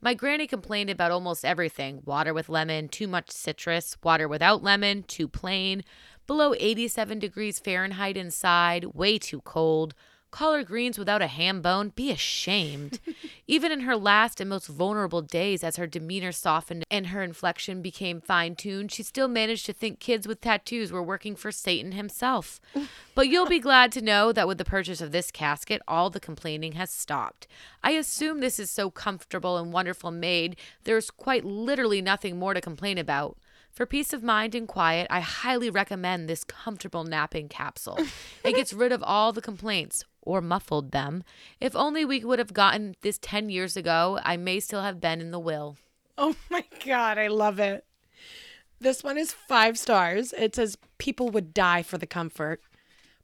Speaker 2: My granny complained about almost everything water with lemon, too much citrus, water without lemon, too plain, below 87 degrees Fahrenheit inside, way too cold, collard greens without a ham bone, be ashamed. Even in her last and most vulnerable days, as her demeanor softened and her inflection became fine tuned, she still managed to think kids with tattoos were working for Satan himself. But you'll be glad to know that with the purchase of this casket, all the complaining has stopped. I assume this is so comfortable and wonderful made, there's quite literally nothing more to complain about. For peace of mind and quiet, I highly recommend this comfortable napping capsule. It gets rid of all the complaints or muffled them. If only we would have gotten this 10 years ago, I may still have been in the will.
Speaker 3: oh my god, I love it. This one is five stars. It says people would die for the comfort.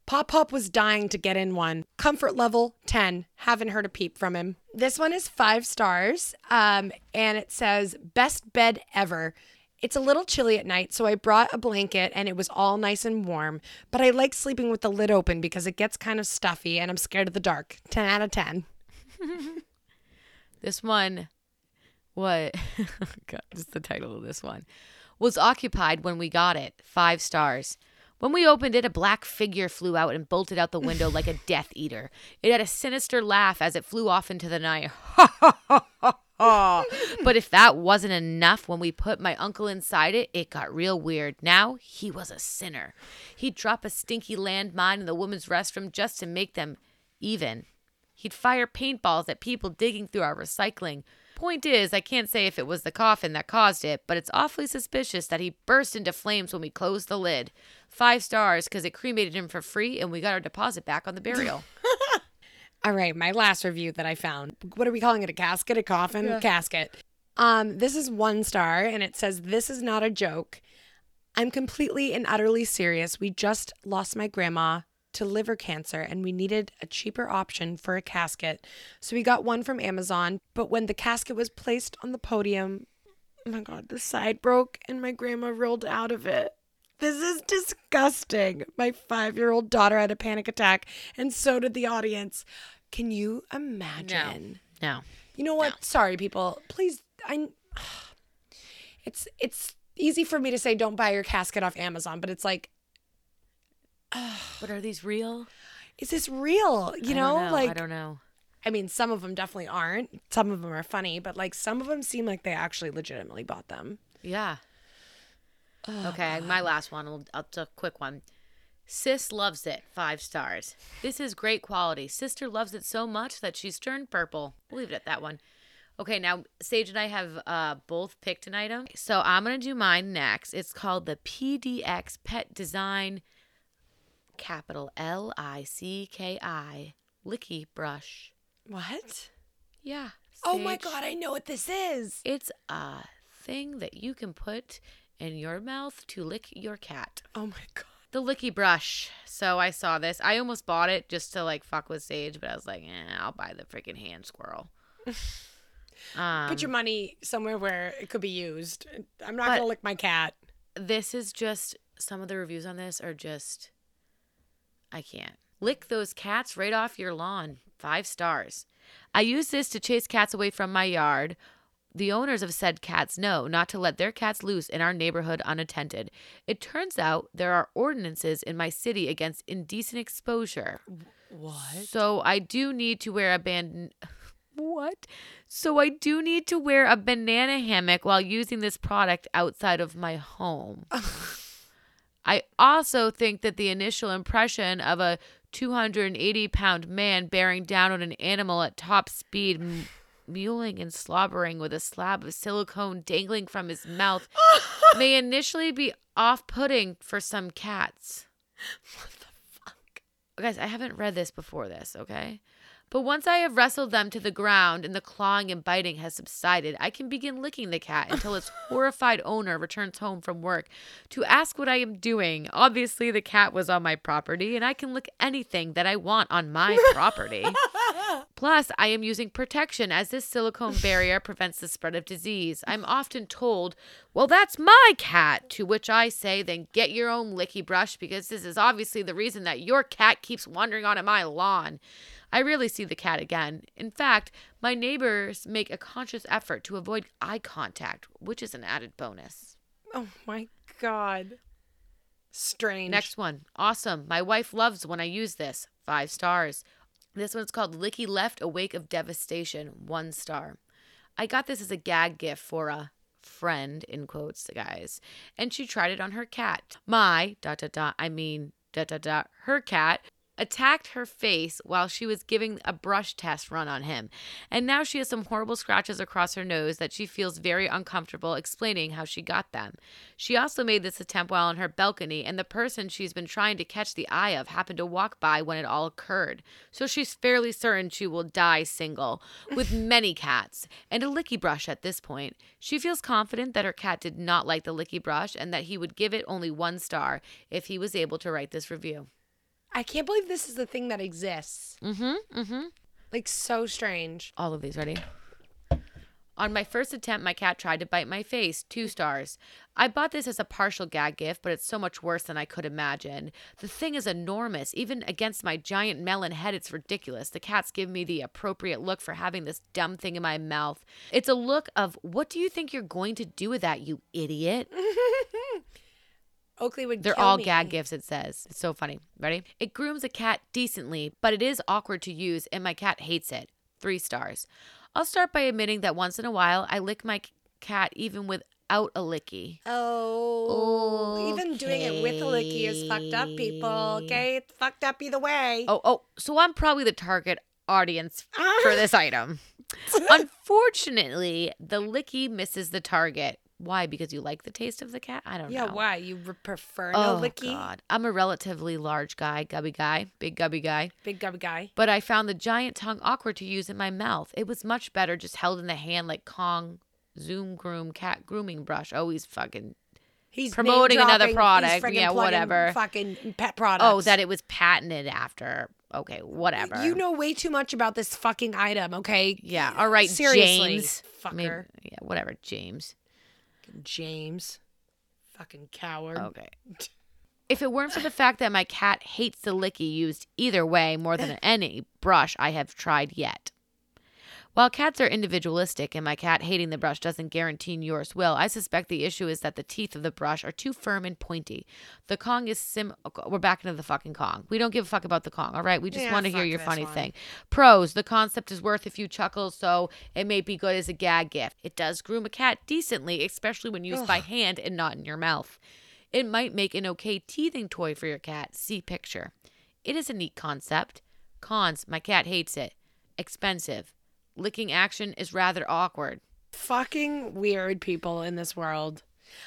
Speaker 3: Pop Pop was dying to get in one. Comfort level 10. Haven't heard a peep from him. This one is five stars. Um, and it says best bed ever. It's a little chilly at night, so I brought a blanket and it was all nice and warm. But I like sleeping with the lid open because it gets kind of stuffy and I'm scared of the dark. 10 out of 10.
Speaker 2: This one, what? Oh, God, this is the title of this one. Was occupied when we got it. Five stars. When we opened it, a black figure flew out and bolted out the window like a Death Eater. It had a sinister laugh as it flew off into the night. but if that wasn't enough, when we put my uncle inside it, it got real weird. Now he was a sinner. He'd drop a stinky landmine in the women's restroom just to make them even. He'd fire paintballs at people digging through our recycling. Point is, I can't say if it was the coffin that caused it, but it's awfully suspicious that he burst into flames when we closed the lid. Five stars because it cremated him for free and we got our deposit back on the burial.
Speaker 3: All right, my last review that I found. What are we calling it? A casket, a coffin, casket. Um, this is one star, and it says, "This is not a joke. I'm completely and utterly serious. We just lost my grandma to liver cancer, and we needed a cheaper option for a casket, so we got one from Amazon. But when the casket was placed on the podium, oh my God, the side broke, and my grandma rolled out of it." This is disgusting. My five year old daughter had a panic attack, and so did the audience. Can you imagine?
Speaker 2: no.
Speaker 3: You know what? Sorry, people. Please, I. It's it's easy for me to say don't buy your casket off Amazon, but it's like,
Speaker 2: But are these real?
Speaker 3: is this real? You know, like
Speaker 2: I don't know.
Speaker 3: I mean, some of them definitely aren't. Some of them are funny, but like some of them seem like they actually legitimately bought them.
Speaker 2: Yeah.
Speaker 3: Oh,
Speaker 2: okay, my last one. I'll, I'll do a quick one. Sis loves it. Five stars. This is great quality. Sister loves it so much that she's turned purple. We'll leave it at that one. Okay, now Sage and I have uh, both picked an item. So I'm going to do mine next. It's called the PDX Pet Design capital L I C K I Licky Brush.
Speaker 3: What?
Speaker 2: Yeah.
Speaker 3: Oh my
Speaker 2: Sage.
Speaker 3: god, I know what this is.
Speaker 2: It's a thing that you can put in your mouth to lick your cat.
Speaker 3: Oh my god.
Speaker 2: The licky brush. So I saw this. I almost bought it just to like fuck with Sage, but I was like, eh, I'll buy the freaking hand squirrel. um,
Speaker 3: Put your money somewhere where it could be used. I'm not
Speaker 2: But-
Speaker 3: gonna lick my cat.
Speaker 2: this is just some of the reviews on this are just I can't. Lick those cats right off your lawn. Five stars. I use this to chase cats away from my yard. The owners of said cats know not to let their cats loose in our neighborhood unattended. It turns out there are ordinances in my city against indecent exposure.
Speaker 3: What?
Speaker 2: So I do need to wear a band. What? So I do need to wear a banana hammock while using this product outside of my home. I also think that the initial impression of a 280 pound man bearing down on an animal at top speed, m- mewling and slobbering with a slab of silicone dangling from his mouth, may initially be off putting for some cats guys, I haven't read this before this, okay? But once I have wrestled them to the ground and the clawing and biting has subsided, I can begin licking the cat until its horrified owner returns home from work to ask what I am doing. Obviously, the cat was on my property and I can lick anything that I want on my property. Plus, I am using protection as this silicone barrier prevents the spread of disease. I'm often told, well, that's my cat, to which I say, then get your own licky brush because this is obviously the reason that your cat keeps wandering onto my lawn. I rarely see the cat again. In fact, my neighbors make a conscious effort to avoid eye contact, which is an added bonus.
Speaker 3: Oh my god. Strange.
Speaker 2: Next one. Awesome. My wife loves when I use this. Five stars. This one's called Licky Left Awake of Devastation. One star. I got this as a gag gift for a friend, in quotes, guys. And she tried it on her cat. My, dot, dot, dot, I mean, dot, dot, dot, her cat attacked her face while she was giving a brush test run on him. And now she has some horrible scratches across her nose that she feels very uncomfortable explaining how she got them. She also made this attempt while on her balcony, and the person she's been trying to catch the eye of happened to walk by when it all occurred. So she's fairly certain she will die single, with many cats and a licky brush at this point. She feels confident that her cat did not like the licky brush and that he would give it only one star if he was able to write this review.
Speaker 3: I can't believe this is the thing that exists.
Speaker 2: Mm-hmm. Mm-hmm.
Speaker 3: Like so strange.
Speaker 2: All of these ready? On my first attempt, my cat tried to bite my face. Two stars. I bought this as a partial gag gift, but it's so much worse than I could imagine. The thing is enormous. Even against my giant melon head, it's ridiculous. The cats give me the appropriate look for having this dumb thing in my mouth. It's a look of, what do you think you're going to do with that, you idiot?
Speaker 3: Oakley would.
Speaker 2: They're
Speaker 3: kill
Speaker 2: all
Speaker 3: me.
Speaker 2: gag gifts, it says. It's so funny. Ready? It grooms a cat decently, but it is awkward to use, and my cat hates it. Three stars. I'll start by admitting that once in a while, I lick my c- cat even without a licky.
Speaker 3: Oh, even doing it with a licky is fucked up, people. Okay, it's fucked up either way. Ah!
Speaker 2: Oh, oh, so I'm probably the target audience for this item. Unfortunately, the licky misses the target. Why? Because you like the taste of the cat? I don't
Speaker 3: yeah,
Speaker 2: know.
Speaker 3: why you re- prefer no
Speaker 2: oh,
Speaker 3: licky?
Speaker 2: God. I'm a relatively large guy, gubby guy, big gubby guy.
Speaker 3: Big gubby guy.
Speaker 2: but I found the giant tongue awkward to use in my mouth. It was much better just held in the hand like Kong Zoom Groom cat grooming brush. Always fucking.
Speaker 3: He's
Speaker 2: Promoting
Speaker 3: name-dropping.
Speaker 2: another
Speaker 3: He's
Speaker 2: product.
Speaker 3: friggin'
Speaker 2: Yeah,
Speaker 3: plugging
Speaker 2: whatever.
Speaker 3: Fucking pet products.
Speaker 2: Oh, that it was patented after. Okay, whatever.
Speaker 3: You know way too much about this fucking item. Okay.
Speaker 2: Yeah. All right,
Speaker 3: Seriously,
Speaker 2: James.
Speaker 3: fucker,
Speaker 2: Maybe- yeah, whatever, James.
Speaker 3: James, fucking coward.
Speaker 2: Okay. If it weren't for the fact that my cat hates the licky used either way more than any brush I have tried yet. While cats are individualistic and my cat hating the brush doesn't guarantee yours will, I suspect the issue is that the teeth of the brush are too firm and pointy. The Kong is sim. We're back into the fucking Kong. We don't give a fuck about the Kong, all right? We just
Speaker 3: Yeah,
Speaker 2: want to hear
Speaker 3: fuck
Speaker 2: your
Speaker 3: this
Speaker 2: funny
Speaker 3: one.
Speaker 2: thing. Pros the concept is worth a few chuckles, so it may be good as a gag gift. It does groom a cat decently, especially when used by hand and not in your mouth. It might make an okay teething toy for your cat. See picture. It is a neat concept. Cons, my cat hates it. Expensive. Licking action is rather awkward.
Speaker 3: Fucking weird people in this world.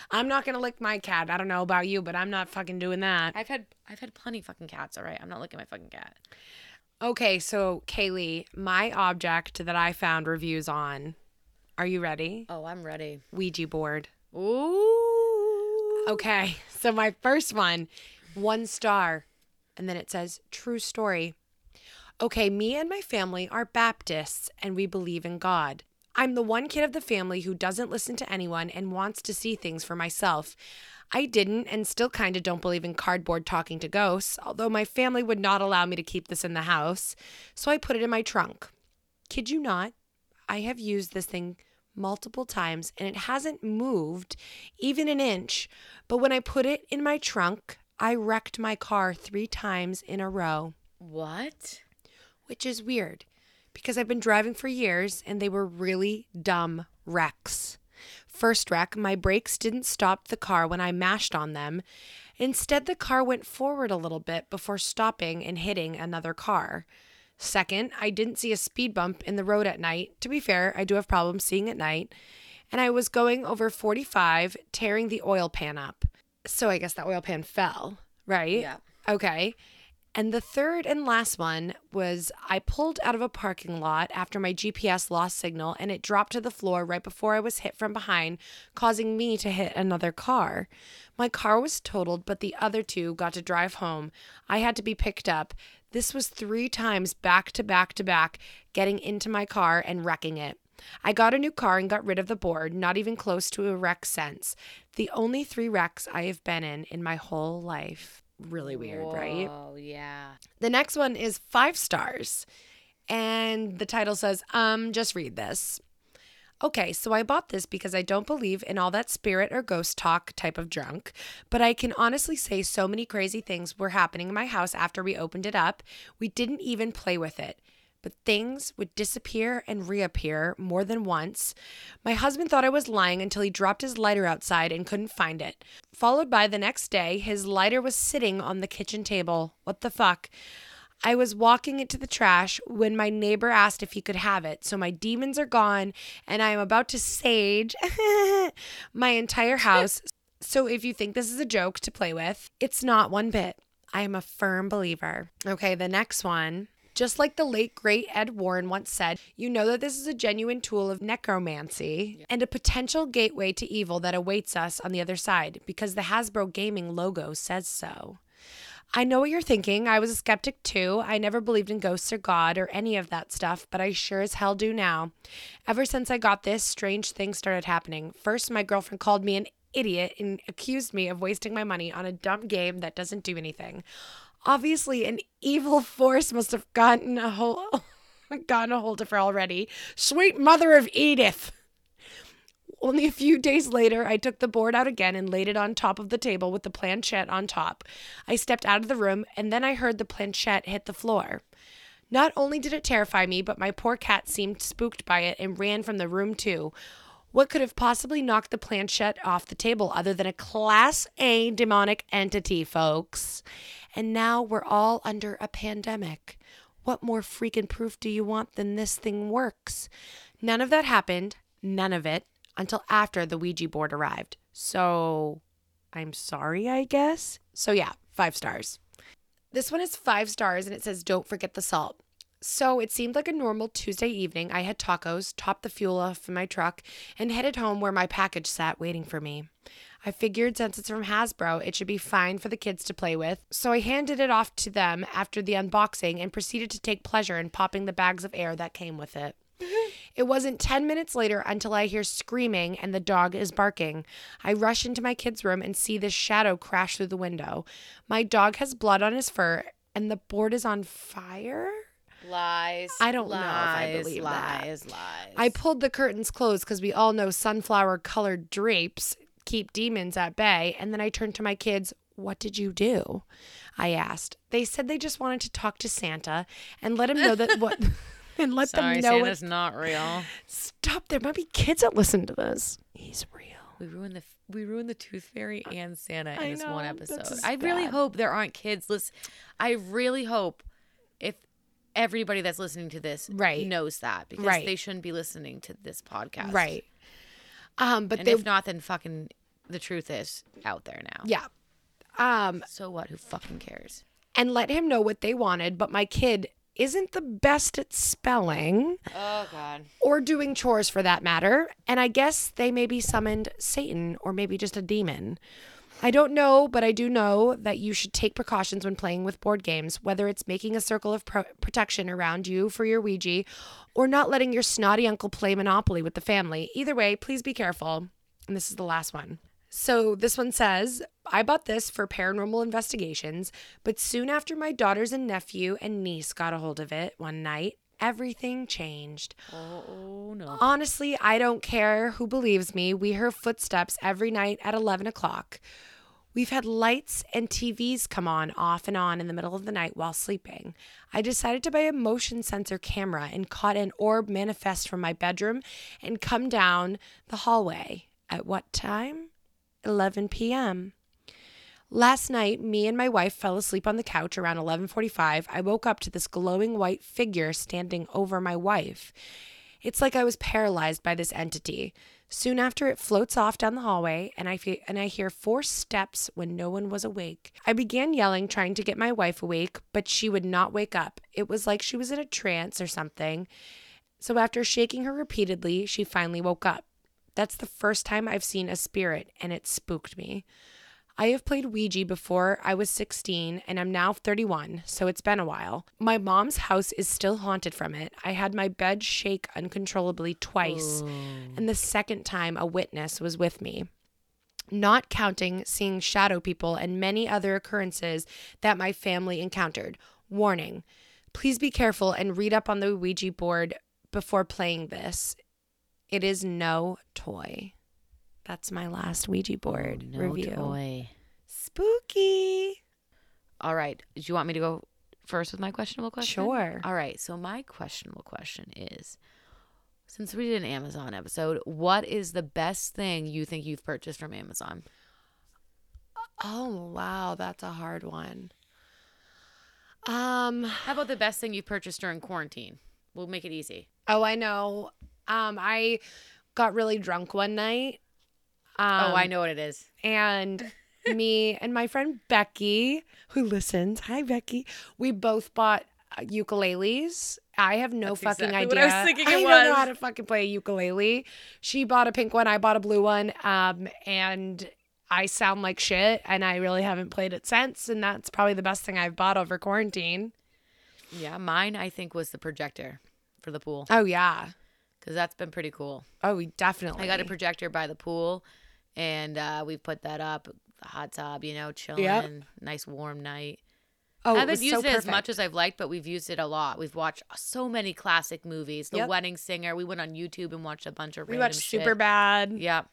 Speaker 3: I'm not gonna lick my cat. I don't know about you, but I'm not fucking doing that.
Speaker 2: I've had I've had plenty of fucking cats, all right? I'm not licking my fucking cat.
Speaker 3: Okay, so Kaylee, my object that I found reviews on. Are you ready?
Speaker 2: Oh, I'm ready. Oh.
Speaker 3: Ouija board.
Speaker 2: Ooh.
Speaker 3: Okay, so my first one, one star, and then it says true story. Okay, me and my family are Baptists and we believe in God. I'm the one kid of the family who doesn't listen to anyone and wants to see things for myself. I didn't and still kind of don't believe in cardboard talking to ghosts, although my family would not allow me to keep this in the house, so I put it in my trunk. Kid you not, I have used this thing multiple times and it hasn't moved even an inch. But when I put it in my trunk, I wrecked my car three times in a row,
Speaker 2: What?
Speaker 3: which is weird because I've been driving for years and they were really dumb wrecks. First wreck, my brakes didn't stop the car when I mashed on them. Instead, the car went forward a little bit before stopping and hitting another car. Second, I didn't see a speed bump in the road at night. To be fair, I do have problems seeing at night. And I was going over 45, tearing the oil pan up. So I guess that oil pan fell, right?
Speaker 2: Yeah.
Speaker 3: Okay. And the third and last one was I pulled out of a parking lot after my GPS lost signal and it dropped to the floor right before I was hit from behind, causing me to hit another car. My car was totaled, but the other two got to drive home. I had to be picked up. This was three times back to back to back, getting into my car and wrecking it. I got a new car and got rid of the board, not even close to a wreck since. The only three wrecks I have been in in my whole life. Really weird, right?
Speaker 2: Oh, yeah.
Speaker 3: The next one is five stars. And the title says, um, just read this. Okay, so I bought this because I don't believe in all that spirit or ghost talk type of drunk, but I can honestly say so many crazy things were happening in my house after we opened it up. We didn't even play with it. But things would disappear and reappear more than once. My husband thought I was lying until he dropped his lighter outside and couldn't find it. Followed by the next day, his lighter was sitting on the kitchen table. What the fuck? I was walking it to the trash when my neighbor asked if he could have it. So my demons are gone and I am about to sage my entire house. so if you think this is a joke to play with, it's not one bit. I am a firm believer. Okay, the next one. Just like the late great Ed Warren once said, you know that this is a genuine tool of necromancy and a potential gateway to evil that awaits us on the other side because the Hasbro Gaming logo says so. I know what you're thinking. I was a skeptic too. I never believed in ghosts or God or any of that stuff, but I sure as hell do now. Ever since I got this, strange things started happening. First, my girlfriend called me an idiot and accused me of wasting my money on a dumb game that doesn't do anything. Obviously, an evil force must have gotten a whole gotten a hold of her already. Sweet mother of Edith. Only a few days later, I took the board out again and laid it on top of the table with the planchette on top. I stepped out of the room and then I heard the planchette hit the floor. Not only did it terrify me, but my poor cat seemed spooked by it and ran from the room too. What could have possibly knocked the planchette off the table other than a Class A demonic entity, folks? And now we're all under a pandemic. What more freaking proof do you want than this thing works? None of that happened, none of it, until after the Ouija board arrived. So I'm sorry, I guess. So yeah, five stars. This one is five stars and it says, Don't forget the salt. So it seemed like a normal Tuesday evening. I had tacos, topped the fuel off in my truck, and headed home where my package sat waiting for me. I figured since it's from Hasbro, it should be fine for the kids to play with. So I handed it off to them after the unboxing and proceeded to take pleasure in popping the bags of air that came with it. It wasn't 10 minutes later until I hear screaming and the dog is barking. I rush into my kid's room and see this shadow crash through the window. My dog has blood on his fur and the board is on fire.
Speaker 2: Lies.
Speaker 3: I don't know if I
Speaker 2: lies,
Speaker 3: believe that.
Speaker 2: lies, Lies.
Speaker 3: I pulled the curtains closed because we all know sunflower colored drapes keep demons at bay. And then I turned to my kids. What did you do? I asked. They said they just wanted to talk to Santa and let him know that what and let
Speaker 2: Sorry,
Speaker 3: them know
Speaker 2: Santa's
Speaker 3: it.
Speaker 2: not real.
Speaker 3: Stop. There might be kids that listen to this. He's real.
Speaker 2: We ruined the we ruined the Tooth Fairy and Santa in
Speaker 3: I
Speaker 2: this one
Speaker 3: know, that's
Speaker 2: episode.
Speaker 3: just
Speaker 2: I really
Speaker 3: bad.
Speaker 2: hope there aren't kids. Listen, I really hope if everybody that's listening to this
Speaker 3: Right.
Speaker 2: knows that because
Speaker 3: Right.
Speaker 2: they shouldn't be listening to this podcast,
Speaker 3: Right. Um, but
Speaker 2: And
Speaker 3: they
Speaker 2: if not, then fucking the truth is out there now.
Speaker 3: yeah. Um,
Speaker 2: So what? Who fucking cares?
Speaker 3: and let him know what they wanted, but my kid isn't the best at spelling.
Speaker 2: Oh God.
Speaker 3: or doing chores for that matter. And I guess they maybe summoned Satan or maybe just a demon. I don't know, but I do know that you should take precautions when playing with board games, whether it's making a circle of pro- protection around you for your Ouija or not letting your snotty uncle play Monopoly with the family. Either way, please be careful. And this is the last one. So this one says, I bought this for paranormal investigations, but soon after my daughters and nephew and niece got a hold of it one night, everything changed.
Speaker 2: Oh no.
Speaker 3: Honestly, I don't care who believes me. We hear footsteps every night at 11 o'clock. We've had lights and TVs come on off and on in the middle of the night while sleeping. I decided to buy a motion sensor camera and caught an orb manifest from my bedroom and come down the hallway. At what time? 11 p.m. Last night, me and my wife fell asleep on the couch around 11:45. I woke up to this glowing white figure standing over my wife. It's like I was paralyzed by this entity. Soon after, it floats off down the hallway, and I fe- and I hear four steps when no one was awake. I began yelling, trying to get my wife awake, but she would not wake up. It was like she was in a trance or something. So after shaking her repeatedly, she finally woke up. That's the first time I've seen a spirit, and it spooked me. I have played Ouija before I was 16 and I'm now 31, so it's been a while. My mom's house is still haunted from it. I had my bed shake uncontrollably twice, and the second time a witness was with me. Not counting seeing shadow people and many other occurrences that my family encountered. Warning please be careful and read up on the Ouija board before playing this. It is no toy. That's my last Ouija board
Speaker 2: No
Speaker 3: review.
Speaker 2: toy.
Speaker 3: Spooky.
Speaker 2: All right. Do you want me to go first with my questionable question?
Speaker 3: Sure.
Speaker 2: All right. So my questionable question is since we did an Amazon episode, what is the best thing you think you've purchased from Amazon?
Speaker 3: Oh, wow. That's a hard one. Um.
Speaker 2: How about the best thing you've purchased during quarantine? We'll make it easy.
Speaker 3: Oh, I know. Um, I got really drunk one night. Um,
Speaker 2: oh, I know what it is.
Speaker 3: And me and my friend Becky, who listens, hi Becky. We both bought uh, ukuleles. I have no
Speaker 2: That's
Speaker 3: fucking
Speaker 2: exactly what
Speaker 3: idea.
Speaker 2: I was thinking it
Speaker 3: I don't know
Speaker 2: was.
Speaker 3: how to fucking play a ukulele. She bought a pink one. I bought a blue one. Um, and I sound like shit, and I really haven't played it since. And that's probably the best thing I've bought over quarantine.
Speaker 2: Yeah, mine I think was the projector for the pool
Speaker 3: Oh yeah.
Speaker 2: because that's been pretty cool.
Speaker 3: Oh, we definitely.
Speaker 2: I got a projector by the pool, and uh, we put that up. The hot tub, you know, chilling, nice warm night.
Speaker 3: Oh,
Speaker 2: I
Speaker 3: it
Speaker 2: haven't
Speaker 3: was so
Speaker 2: used it as
Speaker 3: perfect.
Speaker 2: much as I've liked, but we've used it a lot. We've watched so many classic movies. The
Speaker 3: Yep.
Speaker 2: Wedding Singer. We went on YouTube and watched a bunch of
Speaker 3: We
Speaker 2: random
Speaker 3: watched
Speaker 2: shit.
Speaker 3: Super Bad.
Speaker 2: Yep.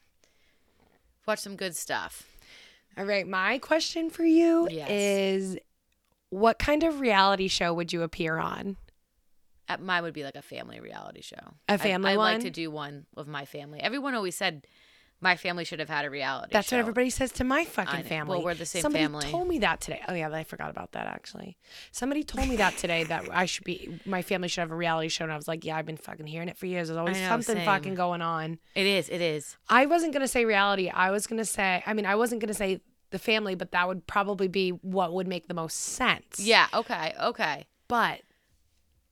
Speaker 2: Watched some good stuff.
Speaker 3: All right, my question for you
Speaker 2: Yes.
Speaker 3: is what kind of reality show would you appear on?
Speaker 2: Uh, Mine would be like a family reality show.
Speaker 3: A
Speaker 2: I-
Speaker 3: family
Speaker 2: I, like to
Speaker 3: one?
Speaker 2: do one of my family. Everyone always said my family should have had a reality.
Speaker 3: That's
Speaker 2: show.
Speaker 3: what everybody says to my
Speaker 2: I
Speaker 3: fucking
Speaker 2: know.
Speaker 3: family.
Speaker 2: Well, we're the same
Speaker 3: Somebody
Speaker 2: family.
Speaker 3: told me that today. Oh yeah, I forgot about that actually. Somebody told me that today that I should be my family should have a reality show and I was like, yeah, I've been fucking hearing it for years. There's always
Speaker 2: know,
Speaker 3: something
Speaker 2: same.
Speaker 3: fucking going on.
Speaker 2: It is. It is.
Speaker 3: I wasn't going to say reality. I was going to say I mean, I wasn't going to say the family, but that would probably be what would make the most sense.
Speaker 2: Yeah. Okay. Okay.
Speaker 3: But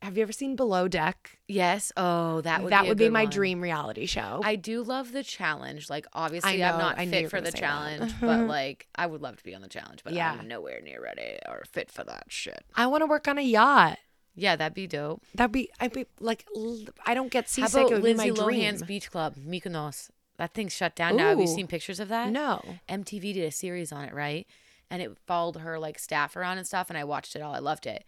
Speaker 3: have you ever seen Below Deck?
Speaker 2: Yes. Oh, that would
Speaker 3: that
Speaker 2: be a
Speaker 3: would be
Speaker 2: good
Speaker 3: my
Speaker 2: one.
Speaker 3: dream reality show.
Speaker 2: I do love the challenge. Like, obviously,
Speaker 3: know,
Speaker 2: I'm not
Speaker 3: I knew you
Speaker 2: fit
Speaker 3: were
Speaker 2: for
Speaker 3: gonna
Speaker 2: the
Speaker 3: say that.
Speaker 2: challenge, but like, I would love to be on the challenge, but
Speaker 3: Yeah.
Speaker 2: I'm nowhere near ready or fit for that shit.
Speaker 3: I want to work on a yacht.
Speaker 2: Yeah, that'd be dope.
Speaker 3: That'd be I'd be like l- I don't get
Speaker 2: How
Speaker 3: seasick.
Speaker 2: about
Speaker 3: it would
Speaker 2: Lindsay
Speaker 3: be my
Speaker 2: Lohan's
Speaker 3: dream.
Speaker 2: Beach Club, Mykonos? That thing's shut down now. Have you
Speaker 3: Ooh.
Speaker 2: seen pictures of that?
Speaker 3: No.
Speaker 2: MTV did a series on it, right? And it followed her like staff around and stuff, and I watched it all. I loved it.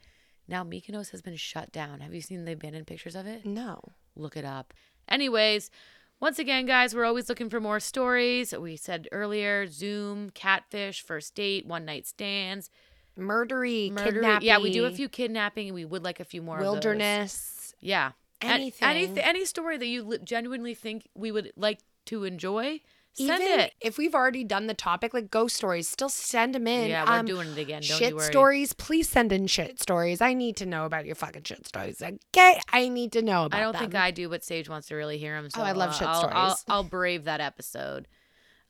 Speaker 2: Now Mykonos has been shut down. Have you seen the abandoned pictures of it?
Speaker 3: No.
Speaker 2: look it up. Anyways, once again, guys, we're always looking for more stories. We said earlier Zoom, catfish, first date, one night stands,
Speaker 3: Murdery,
Speaker 2: murder.
Speaker 3: kidnapping.
Speaker 2: Yeah, we do a few kidnapping and we would like a few more. of those.
Speaker 3: wilderness.
Speaker 2: Yeah. Any-
Speaker 3: Anything.
Speaker 2: Any, any story that you li- genuinely think we would like to enjoy, send
Speaker 3: Even
Speaker 2: it.
Speaker 3: if we've already done the topic, like ghost stories, still send them in.
Speaker 2: Yeah, we're
Speaker 3: Um,
Speaker 2: doing it again. Don't
Speaker 3: shit
Speaker 2: you worry.
Speaker 3: stories, please send in shit stories. I need to know about your fucking shit stories. Okay, I need to know about.
Speaker 2: I don't
Speaker 3: them. Oh,
Speaker 2: think I do, but Sage wants to really hear him. So
Speaker 3: I love
Speaker 2: uh,
Speaker 3: shit
Speaker 2: I'll, I'll,
Speaker 3: stories.
Speaker 2: I'll brave that episode.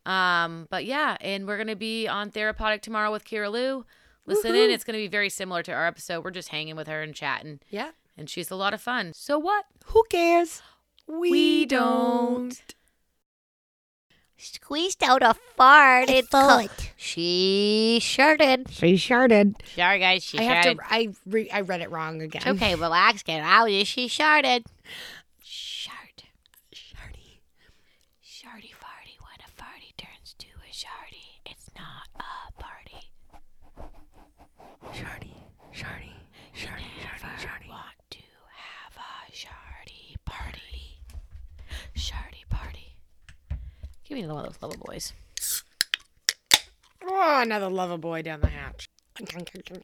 Speaker 2: Um, but yeah, and we're gonna be on therapeutic tomorrow with Kira Lou. Listen in;
Speaker 3: Woohoo.
Speaker 2: it's gonna be very similar to our episode. We're just hanging with her and chatting,
Speaker 3: Yeah.
Speaker 2: and she's a lot of fun. So what?
Speaker 3: Who cares? We,
Speaker 4: Squeezed out a fart. It's cut. She shirted.
Speaker 3: She sharded.
Speaker 4: Sorry, guys. She
Speaker 3: I have to. I re- I read it wrong again.
Speaker 4: It's okay. Relax. Get out. She sharded. Shard.
Speaker 3: Shardy.
Speaker 4: Shardy farty. When a farty turns to a shardy, it's not a party.
Speaker 3: Shardy. Shardy. Shardy. Shardy. Shardy.
Speaker 4: Want to have a shardy party? Shardy party.
Speaker 2: Give me another one of those level boys.
Speaker 3: Oh, another lover boy down the hatch.
Speaker 4: Get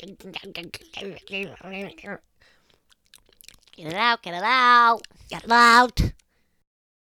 Speaker 4: it out. Get it out. Get it out.